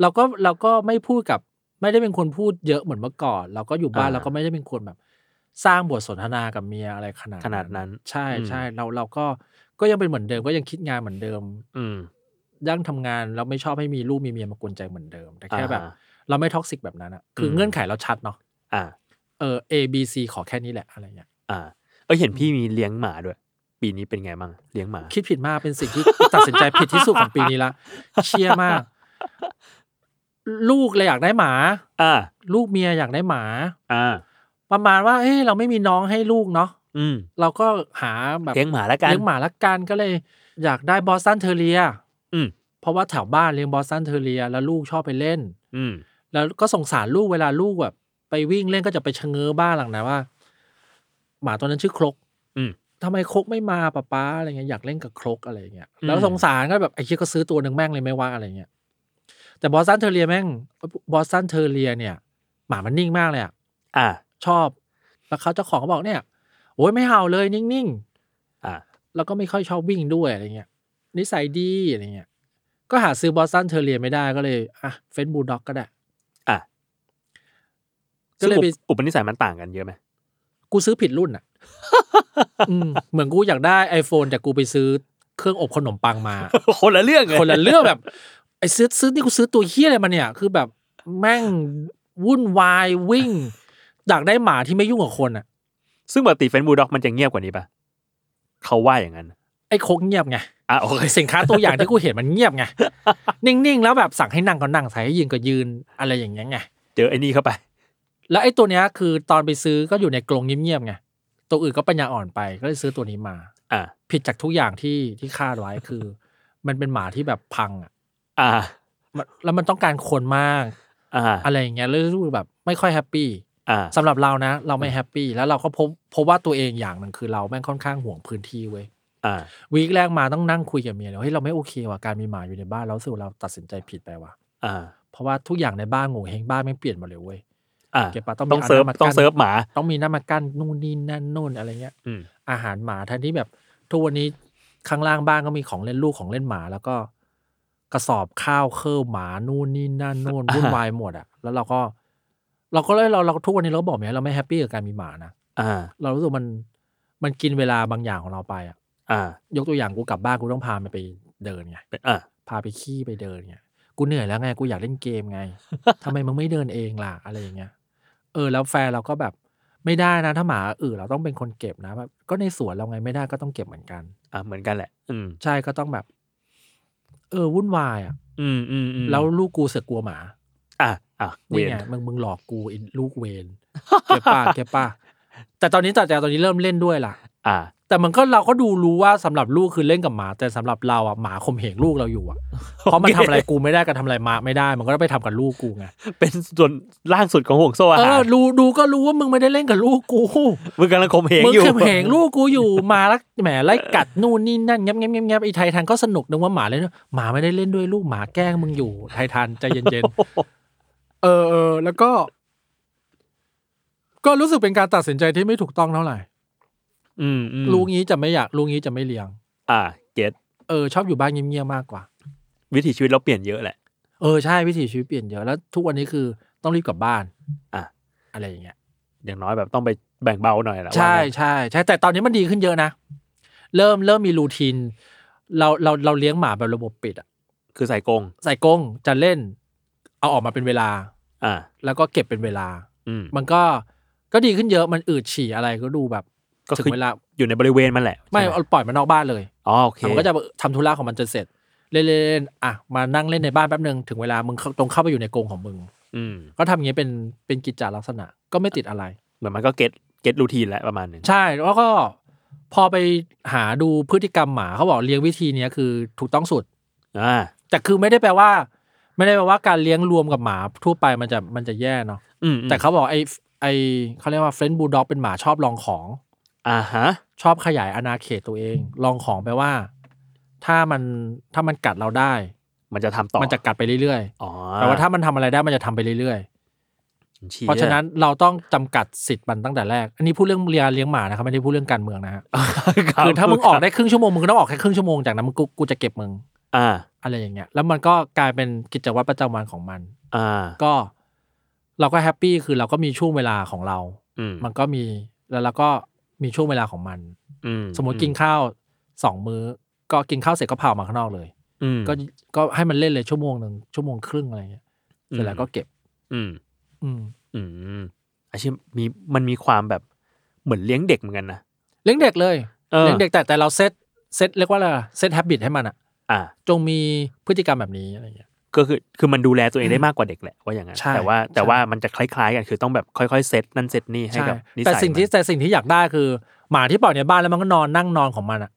เราก็เราก็ไม่พูดกับ ไม่ได้เป็นคนพูดเยอะเหมือนเมื่อก่อน เราก็อยู่บ้านเราก็ไม่ได้เป็นคนแบบ สร้างบทสนทนากับเมียอะไรขนาด
ขนาดนั้น
ใช่
อืม
ใช่เราเราก็ก็ยังเป็นเหมือนเดิมก็ยังคิดงานเหมือนเดิม
อืม
ยังทำงานเราไม่ชอบให้มีลูกมีเมียมากวนใจเหมือนเดิม แต่แค่
อ่าฮะ
แบบ เราไม่ท็อกซิกแบบนั้นอะคืออ
ม
เงื่อนไขเราชัดเนาะ
อ่า
เออ A B C ขอแค่นี้แหละอะไรเงี้ย
อ่า เอยเห็นพี่มีเลี้ยงหมาด้วย ปีนี้เป็นไงบ้างเลี้ยงหมา
คิดผิดมากเป็นสิ่งที่ ตัดสินใจผิดที่สุดของปีนี้ละเชียมาก ลูกเลยอยากได้หมา
อ่า
ลูกเมียอยากได้หมา
อ่า
ประมาณว่าเฮ้ยเราไม่มีน้องให้ลูกเนาะ
อืม
เราก็หาแบบ
เลี้ยงหมาแล้วกัน
เลี้ยงหมาละกันก็เลยอยากได้บอสตันเทอร์เรีย
อืม
เพราะว่าแถวบ้านเลี้ยงบอสตันเทอร์เรีย แล้วลูกชอบไปเล่น
อืม
แล้วก็สงสารลูกเวลาลูกแบบไปวิ่งเล่นก็จะไปชะเง้อบ้านหลังนะว่า หมาตัวนั้นชื่อครก
อืม
ทำไมครกไม่มาป้าป้าอะไรเงี้ยอยากเล่นกับครกอะไรเงี้ย
อืม
แล้วสงสารก็แบบไอ้ชี้ยก็ซื้อตัวหนึ่งแม่งเลยไม่ว่าอะไรเงี้ยแต่บอสตันเทอร์เรียแม่งบอสตันเทอร์เรียเนี่ย หมามันนิ่งมากเลยอะ
อ่า
ชอบ แล้วเขาเจ้าของก็บอกเนี่ยโอ้ยไม่เห่าเลยนิ่งๆ
อ่า
แล้วก็ไม่ค่อยชอบวิ่งด้วยอะไรเงี้ย นิสัยดีอะไรเงี้ย ก็หาซื้อบอสตันเทอร์เรียไม่ได้ก็เลยอ่ะเฟซบูลด็อกก็ได้
อ่า
ก็เลยไป
อุปนิสัยมันต่างกันเยอะไหม
กูซื้อผิดรุ่น อ่ะ อืมเหมือนกูอยากได้ iPhone แต่กูไปซื้อเครื่องอบขนมปังมา
คนละเรื่อง
คนละเรื่องแบบไอ้ซื้อซื้อนี่กูซื้อตัวเฮี้ยอะไรมาเนี่ย คือแบบแม่งวุ่นวายวิ่งอยากได้หมาที่ไม่ยุ่งกับคนอ่ะ
ซึ่งปกติเฟนบูลด็อกมันจะเงียบกว่านี้ปะเขาว่าอย่างนั้น
ไอ้โคกเงียบไง
อ่ะโอเค
สินค้าตัวอย่างที่กูเห็นมันเงียบไง นิ่ง ๆ แล้วแบบสั่งให้นั่งก็นั่งใส่ให้ยืนก็ยืนอะไรอย่างเงี้ยไง
เจอไอ้นี่เข้าไป
แล้วไอ้ตัวเนี้ยคือตอนไปซื้อก็อยู่ในกรงเงียบ ๆ ไง ตัวอื่นก็ปัญญาอ่อนไปก็เลยซื้อตัวนี้มา
อ่า
ผิดจากทุกอย่างที่ที่คาดไว้คือ มันเป็นหมาที่แบบพังอ่ะ
อ่า
มันแล้วมันต้องการคนมาก
อ่า
อะไรอย่างเงี้ยแล้วรู้สึกแบบไม่ค่อยแฮปปี้
อ่า
สำหรับเรานะ เราไม่แฮปปี้แล้วเราก็พบพบว่าตัวเองอย่างหนึ่งคือเราแม่งค่อนข้างห่วงพื้นที่เว้ย
อ่า
วีคแรกมาต้องนั่งคุยกับเมียเลยเฮ้ยเราไม่โอเคว่ะการมีหมาอยู่ในบ้านแล้วรู้สึกว่าเราตัดสินใจผิดไปว่ะ
อ่า
เพราะว่าทุกอย่างในบ้านโง่เฮงบ้านไม่งเปลี่ยนหมาเลยเว้ย
อ่า
เก็บปะต้องมี
ต้องเซิร์ฟ
อันนั้นมากั้น
ต้องเซิร์ฟหมา
ต้องมีหน้ามากั้นนู่นนี่นั่นนู่นอะไรเงี้ย
อืม
อาหารหมาแทนที่แบบทุกวันนี้ข้างล่างบ้านก็มีของเล่นลูกของเล่นหมา แล้วก็กระสอบข้าวเคิร์หมานู่นนี่นั่นนู่ น
อ่า
วุ่นวายหมดอ่ะ แล้วเราก็ เราก็เลยเราเราทุกวันนี้เราก็บอกเมียเราไม่แฮปปี้กับการมีหมานะ
อ่า
เรารู้สึกมันมันกินเวลาบางอย่างของเราไปอ่ะ
อ่าย
กตัวอย่างกูกลับบ้านกูต้องพามันไปเดินไง
เป็นอ่า
พาไปขี้ไปเดินไงกูเหนื่อยแล้วไงกูอยากเล่นเกมไง ทำไมมึงไม่เดินเองล่ะอะไรอย่างเงี้ย เออ แล้วแฟนเราก็แบบ ไม่ได้นะ ถ้าหมาอื่นเราต้องเป็นคนเก็บนะแบบก็ในสวนเราไงไม่ได้ก็ต้องเก็บเหมือนกัน
อ่ะเหมือนกันแหละ อืม
ใช่ก็ต้องแบบ เออวุ่นวายอ่ะ
อืมอืมอืม
แล้วลูกกูเสือกกลัวหมา
อ่ะอ่ะเว
นี่
น
ไงมึงมึงหลอกกูไอ้ลูกเวนเก็บป้าเก็บป้าแต่ตอนนี้แต่แต่ตอนนี้เริ่มเล่นด้วยล่ะ
อ่ะ
แต่มันก็เราก็ดูรู้ว่าสำหรับลูกคือเล่นกับหมา แต่สำหรับเราอ่ะหมาข่มเหงลูกเรา อยู่อ่ะเพราะมันทำอะไรกูไม่ได้กับทำอะไรหมาไม่ได้ มันก็ไปทำกับลูกกูไง
เป็นส่วนล่างสุดของห่วงโซ่อา
เอ
หา
อ
ร
ดูดูก็รู้ว่ามึงไม่ได้เล่นกับลูกกู
มึงกำลังข่มเหง
มึง
อยู่
ข่มเหงลูกกูอยู่ หมาลักแหมไล่กัดนู่นนี่นั่นแงบแงบแงบแงบไอ้ไททันก็สนุกนึกว่าหมาเล่นด้วยหมาไม่ได้เล่นด้วยลูกหมาแกล้งมึงอยู่ ไททันใจเย็น ๆเออเออแล้วก็ ก็รู้สึกเป็นการตัดสินใจที่ไม่ถูกต้องเท่าไหร่
อืมอืม
ลูกนี้จะไม่อยากลูกนี้จะไม่เลี้ยง
อ่ะเก็ต
เออชอบอยู่บ้านเงียบๆมากกว่า
วิถีชีวิตเราเปลี่ยนเยอะแหละ
เออใช่วิถีชีวิตเปลี่ยนเยอะแล้วทุกวันนี้คือต้องรีบกลับบ้าน
อ่ะ
อะไรอย่างเงี้ย
อย่างน้อยแบบต้องไปแบ่งเบาหน่อยแหละ
ใช่
ว่างั้น
ใช่ใช่แต่ตอนนี้มันดีขึ้นเยอะนะ เริ่มเริ่มมีรูทีนเราเราเราเลี้ยงหมาแบบระบบปิดอะ
คือใส่กรง
ใส่กรงจะเล่น เอาออกมาเป็นเวลา
อ่ะ
แล้วก็เก็บเป็นเวลา
อืม
มันก็ก็ดีขึ้นเยอะมันอืดฉี่อะไรก็ดูแบบ
ก็คือ
ถึงเวลา
อยู่ในบริเวณมันแหละ
ไม่
ใช่ห
เอาปล่อยมันนอกบ้านเลย
อ๋อโอเค
มันก็จะทำธุระของมันจนเสร็จ เล่นเล่นเล่นอ่ะมานั่งเล่นในบ้านแป๊บหนึ่งถึงเวลามึงเข้าตรงเข้าไปอยู่ในกรงของมึง
อืม
ก็ทำอย่างเงี้ยเป็นเป็นกิจจลักษณะก็ไม่ติดอะไร
เหมือนมันก็เก็ตเก็ตรูทีนแล้วประมาณหนึ่ง
ใช่แล้วก็พอไปหาดูพฤติกรรมหมาเขาบอกเลี้ยงวิธีเนี้ยคือถูกต้องสุด
อ่า
แต่คือไม่ได้แปลว่า ไม่ได้แปลว่าการเลี้ยงรวมกับหมาทั่วไปมันจะมันจะแย่เนาะ
อืมอืม
แต่เขาบอกไอไอเขาเรียกว่าเฟรนด์บูลด็อกเป็นหมาชอบลองของ
อ่าฮะ
ชอบขยายอาณาเขตตัวเอง ลองของแปลว่า ถ้ามันถ้ามันกัดเราได้
มันจะทำต่อ
มันจะกัดไปเรื่อย
อ๋อ
ๆแต่ว่าถ้ามันทำอะไรได้มันจะทำไปเรื่อยๆ
ชี่ย
เพราะฉะนั้นเราต้องจำกัดสิทธิ์มันตั้งแต่แรก อันนี้พูดเรื่องเรียนเลี้ยงหมานะครับไม่ได้พูดเรื่องการเมืองนะฮะ
รับ
คือถ้ามึงออกได้ครึ่งชั่วโมงมึงก็ต้องออกแค่ครึ่งชั่วโมงจากนั้นมึงกูกูจะเก็บมึง
อ่า
อะไรอย่างเงี้ย แล้วมันก็กลายเป็นกิจวัตรประจำวันของมัน
อ่า
ก็ เราก็แฮปปี้คือเราก็มีช่วงเวลาของเรา
อืม
มันก็มีแล้วเราก็มีช่วงเวลาของมัน
อื
สมมติกินข้าวสองมื้อ ก็กินข้าวเสร็จก็เผามาข้างนอกเลย
อืม
ก็ก็ให้มันเล่นเลยชั่วโมงหนึ่งชั่วโมงครึ่งอะไรเงี้ยเสร็จแล้วก็เก็บ
อืม
อืม
อืมอาชีพมีมันมีความแบบเหมือนเลี้ยงเด็กเหมือนกันนะ
เลี้ยงเด็กเลย
เออ
เลี้ยงเด็กแต่แต่เราเซตเซตเรียกว่าอะไรเซต h ฮบิตให้มันอะ
อ่า
จงมีพฤติกรรมแบบนี้อะไรอย่างเงี้ย
ก็คือคือมันดูแลตัวเองได้มากกว่าเด็กแหละว่าอย่างนั้น
ใช่
แต่ว่าแต่
ใช่
ว่ามันจะคล้ายๆกันคือต้องแบบค่อยๆเซตนั่นเซตนี่ให้
ใช่
กับนิสัย
แต่สิ่งที่
มัน
แต่สิ่งที่อยากได้คือ หมาที่ปล่อยในบ้านแล้วมันก็นอนนั่งนอนของมันอะ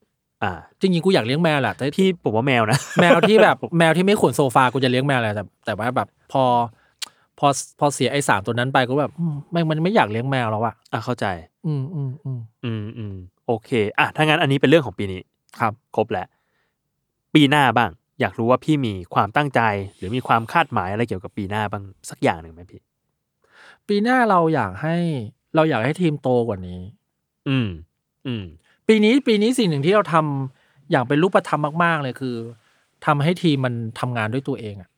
อ่า
จริงๆกูอยากเลี้ยงแมวแหละแต่
พี่ผมว่าแมวนะ
แมวที่ แบบแมวที่ไม่ขวนโซฟากูจะเลี้ยงแมวแหละแต่แต่ว่าแบบพอ พอพอเสียไอ้สามตัวนั้นไปกูแบบอืมไม่มันไม่อยากเลี้ยงแมวแล้วอะ
อ่ะเข้าใจ
อืมอืมอืม
อืมอืมโอเค อ่ะถ้างั้นอันนี้เป็นเรื่องของปีนี้
ครับ
ครบแล้วปีหน้าบ้าง อยากรู้ว่าพี่มีความตั้งใจ หรือมีความคาดหมายอะไรเกี่ยวกับปีหน้าบ้างสักอย่างหนึ่งไหมพี่
ปีหน้าเราอยากให้เราอยากให้ทีมโตกว่านี้
อืม อืม
ปีนี้ปีนี้สิ่งหนึ่งที่เราทำอย่างเป็นรูปธรรมมาก ๆ เลยคือทำให้ทีมมันทำงานด้วยตัวเองอะ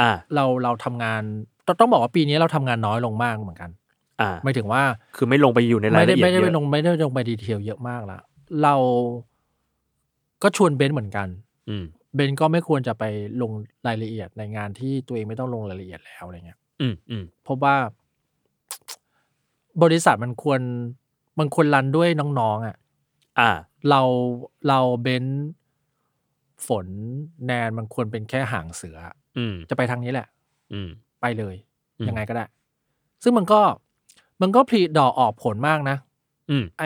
อ่า
เราเราทำงานต้องต้องบอกว่าปีนี้เราทำงานน้อยลงมากเหมือนกัน
อ่า
หมายถึงว่า
คือไม่ลงไปอยู่ในราย
ไม่ได้
ละเอียด
ไม่ได้
เย
ไปล
อะ
งไม่ได้ลงไปดีเทลเยอะมากละเราก็ชวนเบนซ์เหมือนกัน
อืม
เบนซ์ก็ไม่ควรจะไปลงรายละเอียดในงานที่ตัวเองไม่ต้องลงรายละเอียดแล้วอะไรเงี้ย
อืมอืม
เพราะว่า บริษัทมันควรมันควรรันด้วยน้องๆอ่ะ
อ่า
เราเราเบนซ์ฝนแนนมันควรเป็นแค่หางเสือ
อืม
จะไปทางนี้แหละ
อืม
ไปเลย
อืม
ยังไงก็ได้ ซึ่งมันก็มันก็ผลิดอกออกผลมากนะ
อืม
ไอ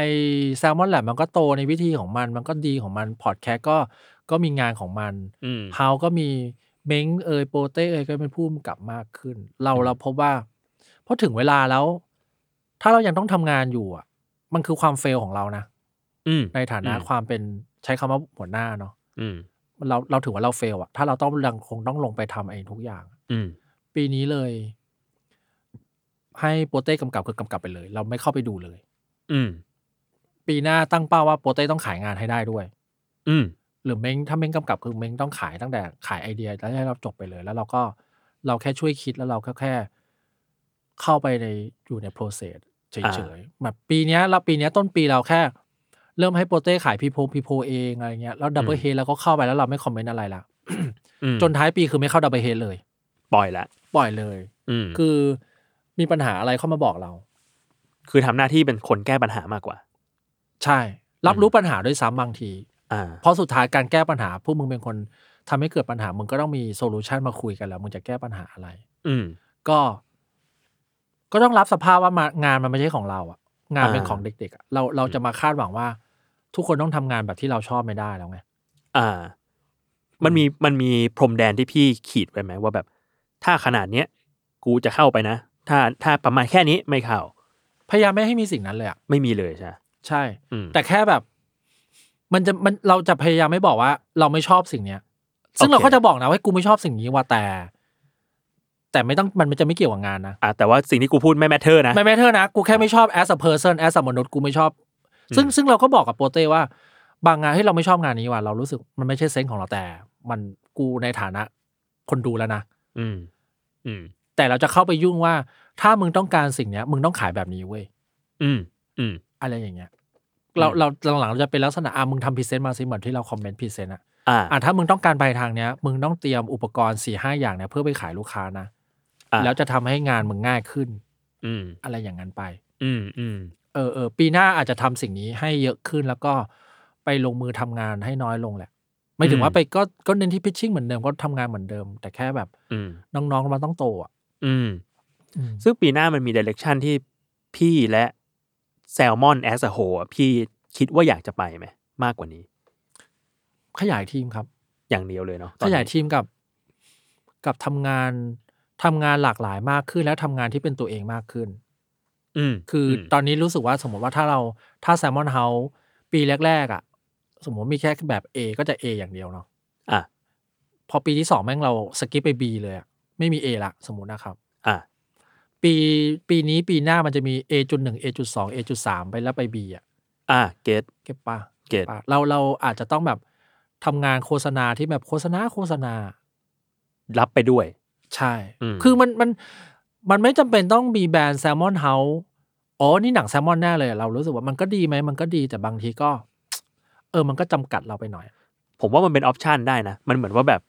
แซลมอนแหละมันก็โตในวิธีของมัน มันก็ดีของมันพอดแคสก็ก็มีงานของมัน
อืม
เฮาก็มีเม้งเอยโปเต้เอยก็เป็นผู้กำกับมากขึ้น เรา
อืม
เราพบว่าพอถึงเวลาแล้ว ถ้าเรายังต้องทำงานอยู่อ่ะ มันคือความเฟลของเรานะ
อืม
ในฐานะ
อืม
ความเป็นใช้คำว่าหัวหน้าเนาะ
อืม
เราเราถือว่าเราเฟลอะถ้าเราต้องยังคงต้องลงไปทำเองทุกอย่าง
อืม
ปีนี้เลย ให้โปเต้กำกับคือกำกับไปเลย เราไม่เข้าไปดูเลย
อืม
ปีหน้าตั้งเป้าว่าโปเต้ต้องขายงานให้ได้ด้วย
อืม
หรือเม้งถ้าเม้งกำกับคือเม้งต้องขายตั้งแต่ขายไอเดียแล้วให้เราจบไปเลย แล้วเราก็เราแค่ช่วยคิดแล้วเราก็แค่ เข้าไปในอยู่ใน process เ
อ่า
ฉยๆแบบปีเนี้ยเราปีเนี้ยต้นปีเราแค่ เริ่มให้โปรเต้ขายพีโพพีโพเองอะไรเงี้ยแล้วดับเบิลเฮดเราก็เข้าไปแล้วเราไม่คอมเมนต์อะไรละ
อืม
จนท้ายปีคือไม่เข้าดับเบิลเฮดเลย
ปล่อยละ
ปล่อยเลย
อืม
คือมีปัญหาอะไรเข้ามาบอกเรา
คือทำหน้าที่เป็นคนแก้ปัญหามากกว่า
ใช่ รับรู้ปัญหาด้วยซ้ำบางที
อ่า
เพราะสุดท้ายการแก้ปัญหา พวกมึงเป็นคนทำให้เกิดปัญหา มึงก็ต้องมีโซลูชันมาคุยกันแล้ว มึงจะแก้ปัญหาอะไร
อืม
ก็ ก็ต้องรับสภาพว่ามางานมันไม่ใช่ของเราอะงานเป็น
อ่า
ของเด็กๆอะเราเราจะมาคาดหวังว่า ทุกคนต้องทำงานแบบที่เราชอบไม่ได้แล้วไง
อ่า มันมีมันมีพรมแดนที่พี่ขีดไว้ไหมว่าแบบ ถ้าขนาดเนี้ยกูจะเข้าไปนะ ถ้าถ้าประมาณแค่นี้ไม่เข้า
พยายามไม่ให้มีสิ่งนั้นเลยอะ
ไม่มีเลยใช่ไหม
ใช่
อืม
แต่แค่แบบ มันจะมันเราจะพยายามไม่บอกว่า เราไม่ชอบสิ่งเนี้ย ซึ่ง
โอเค
เราก็จะบอกนะว่ากูไม่ชอบสิ่งนี้ว่าแต่ แต่ไม่ต้องมันจะไม่เกี่ยวกับงานนะ
อ่าแต่ว่าสิ่งที่กูพูดไม่แมทเทอร์นะ
ไม่แมทเทอร์นะ กูแค่ไม่ชอบ as a person as a มนุษย์กูไม่ชอบ ซึ่งซึ่งเราก็บอกกับโปเต้ว่า บางงานให้ยเราไม่ชอบงานนี้ว่ะเรารู้สึกมันไม่ใช่เซนส์ของเราแต่ มันกูในฐานะ คนดูแล้วนะ
อืม อืม
แต่เราจะเข้าไปยุ่งว่า ถ้ามึงต้องการสิ่งเนี้ย มึงต้องขายแบบนี้เว้ย
อืม อืม
อะไรอย่างเงี้ย เรา
อืม
เราหลังๆเราจะเป็นลักษณะอ่ะมึงทำพรีเซนต์มาสิเหมือนที่เราคอมเมนต์พรีเซนต์อะ
อ่า
อ่ะถ้ามึงต้องการไปทางเนี้ย มึงต้องเตรียมอุปกรณ์สี่ห้าอย่างเนี้ยเพื่อไปขายลูกค้านะ
อ่า
แล้วจะทำให้งานมึงง่ายขึ้น
อืม
อะไรอย่างนั้นไป
อืม อืม
เออเออปีหน้าอาจจะทำสิ่งนี้ให้เยอะขึ้นแล้วก็ไปลงมือทำงานให้น้อยลงแหละ ไม่ถึ
อื
ง
ม
ว่าไปก็ก็เน้นที่พิชชิ่งเหมือนเดิมก็ทำงานเหมือนเดิม แต่แค่แบบ
อืม
น้องๆมันต้องโตอ่ะ
อืม
อืม
ซึ่งปีหน้ามันมีดเรกชันที่พี่และแซลมอนแอสโฮพี่คิดว่าอยากจะไปไหม มากกว่านี้
ขยายทีมครับ
อย่างเดียวเลยเนาะต
ข
อนนี้
ยายทีมกับกับทำงานทำงานหลากหลายมากขึ้น และทำงานที่เป็นตัวเองมากขึ้น
อืม
คืออตอนนี้รู้สึกว่าสมมติว่าถ้าเราถ้าแซมมอนเฮาปีแรกๆอ่ะ สมมติมีแค่แบบ A ก็จะ A อย่างเดียวเนาะ
อ่ะ
พอปีที่สองแม่งเราสกิปไป B เลยอะไม่มี A ละสมมตินะครับ
อ่ะ
ปีปีนี้ปีหน้ามันจะมี A จุดหนึ่ง A จุดสอง A จุดสามไปแล้วไป B อ่ะ
อ่ะเกต
เก็บปะ
เก็ต
ปะเราเราอาจจะต้องแบบทำงานโฆษณาที่แบบโฆษณาโฆษณา
รับไปด้วย
ใช่
อืม
คือมันมันมันไม่จำเป็นต้องมีแบรนด์แซลมอนเฮาส์อ๋อ นี่หนังแซลมอนแน่เลยเรารู้สึกว่ามันก็ดีไหม มันก็ดีแต่บางทีก็ เออ มันก็จำกัดเราไปหน่อย
ผมว่ามันเป็นออปชันได้นะ มันเหมือนว่าแบบ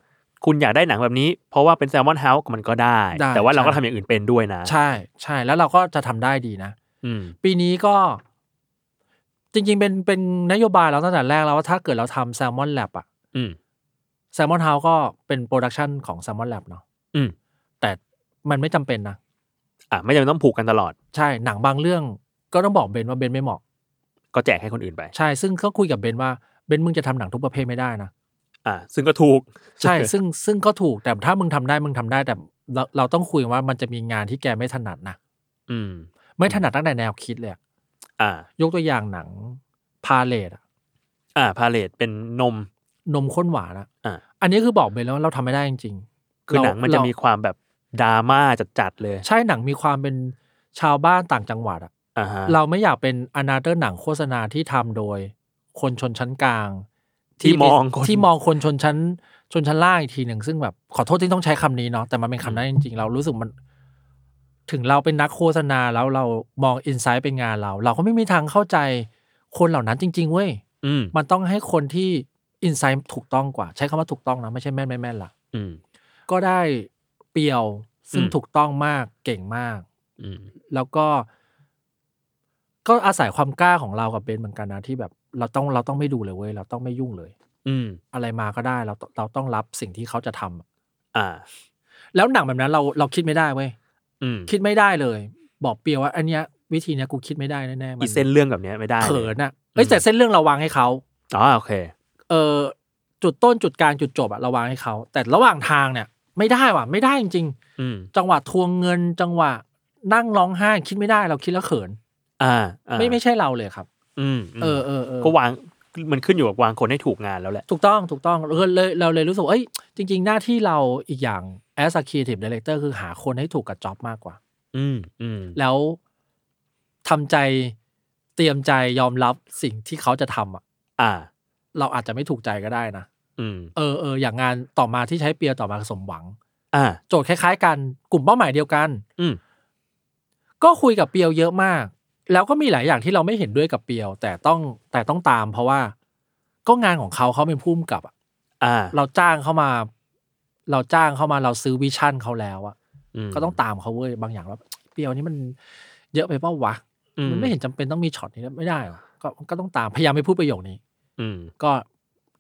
คุณอยากได้หนังแบบนี้ เพราะว่าเป็นแซลมอนเฮาส์มันก็ได้
ได้
แต่ว่าเราก็
ใช่
ทำอย่างอื่นเป็นด้วยนะ
ใช่ ใช่แล้วเราก็จะทำได้ดีนะ
อืม
ปีนี้ก็ จริง ๆ เป็นเป็นนโยบายเราตั้งแต่แรกแล้วว่าถ้าเกิดเราทำแซลมอนแลบอะ
อืม
แซลมอนเฮาส์ก็เป็นโปรดักชันของแซลมอนแลบเนาะ
อืม
แต่มันไม่จำเป็นนะ
อ่ะไม่จำเป็นต้องผูกกันตลอด
ใช่หนังบางเรื่องก็ต้องบอกเบนว่าเบนไม่เหมาะ
ก็แจกให้คนอื่นไป
ใช่ ซึ่งก็คุยกับเบนว่าเบนมึงจะทำหนังทุกประเภทไม่ได้นะ
อ่ะซึ่งก็ถูก
ใช่ ซึ่งซึ่งก็ถูกแต่ถ้ามึงทำได้มึงทำได้ แต่เราเราต้องคุยว่ามันจะมีงานที่แกไม่ถนัดนะ
อืม
ไม่ถนัดตั้งแต่แนวคิดเลยอะ
อ่ะ
ยกตัวอย่างหนังพาเลต
อ่ะพาเลตเป็นนม
นมข้นหวานอะ
อ่ะ
อันนี้คือบอกเบนแล้วว่าเราทำไม่ได้จริงๆ
คือหนังมันจะ
เรา
มีความแบบดราม่าจัดๆเลย
ใช่หนังมีความเป็นชาวบ้านต่างจังหวัดอะ
อ่าฮะ
เราไม่อยากเป็นอนาเตอร์หนังโฆษณาที่ทำโดย คนชนชั้นกลาง
ที่มองคน
ที่มองคนชนชั้น ชนชั้นล่างอีกทีหนึ่งซึ่งแบบขอโทษที่ต้องใช้คำนี้เนาะแต่มันเป็นคำนั้นจริงๆ เรารู้สึกมัน ถึงเราเป็นนักโฆษณาแล้วเรามองอินไซต์เป็นงานเรา เราก็ไม่มีทางเข้าใจคนเหล่านั้นจริง ๆ เว้ย
อืม
มันต้องให้คนที่อินไซต์ถูกต้องกว่า ใช้คำว่าถูกต้องนะ ไม่ใช่แม่นไม่แม่นละ
อืม
ก็ได้เปียวซึ่ง
อืม
ถูกต้องมากเก่งมาก
อืม
แล้วก็ ก็อาศัยความกล้าของเรากับเบนเหมือนกันนะที่แบบ เราต้องเราต้องไม่ดูเลยเว้ยเราต้องไม่ยุ่งเลย
อืม
อะไรมาก็ได้เราเราต้องรับสิ่งที่เขาจะทำอะ
อ่า
แล้วหนังแบบนั้นเราเราคิดไม่ได้เว้ย
อืม
คิดไม่ได้เลย บอกเปียวว่า อันเนี้ย วิธีเนี้ยกูคิดไม่ได้แน่ๆมั
อีเส้นเรื่องแบบเนี้ยไม่ได้ลย
เขินอะ
อื
เอ้ย
ม
แต่เส้นเรื่องเราวางให้เขา
อ๋อโอเค
เออจุดต้นจุดกลางจุดจบอะเราวางให้เขาแต่ระหว่างทางเนี่ย ไม่ได้ว่ะไม่ได้จริง
อืม
ๆจังหวะทวงเงิน จังหวะนั่งร้องไห้คิดไม่ได้เราคิดแล้วเขิน
อ่าอ่า
ไม่ไม่ใช่เราเลยครับ
อืมม
เออเออเออ
ก็วางมันขึ้นอยู่กับวางคนให้ถูกงานแล้วแหละ
ถูกต้องถูกต้องเราเลยเราเลยรู้สึกว่าเอ้ยจริง ๆ หน้าที่เราอีกอย่าง as a creative director คือหาคนให้ถูกกับจ็อบมากกว่า
อืม อืม
แล้วทำใจเตรียมใจยอมรับสิ่งที่เขาจะทำอ่ะ
อ่า
เราอาจจะไม่ถูกใจก็ได้นะ
อืม
เออเอออย่างงานต่อมาที่ใช้เปียร์ต่อมาสมหวัง
อ่า
โจทย์คล้าย ๆ กันกลุ่มเป้าหมายเดียวกัน
อืม
ก็คุยกับเปียวเยอะมาก แล้วก็มีหลายอย่างที่เราไม่เห็นด้วยกับเปียว แต่ต้องแต่ต้องตาม เพราะว่าก็งานของเขาเขาเป็นผู้กำกับอะ
อ่า
เราจ้างเข้ามา เราจ้างเข้ามาเราซื้อวิชั่นเขาแล้วอะ
ม
ก็ต้องตามเขาเว้ยบางอย่างว่าเปียวนี้มันเยอะไปเปล่าวะ
อื
มันไม่เห็นจำเป็นต้องมีช็อตนี้นะไม่ได้หรอก็ก็ต้องตามพยายามไม่พูดประโยคนี้
อืม
ก็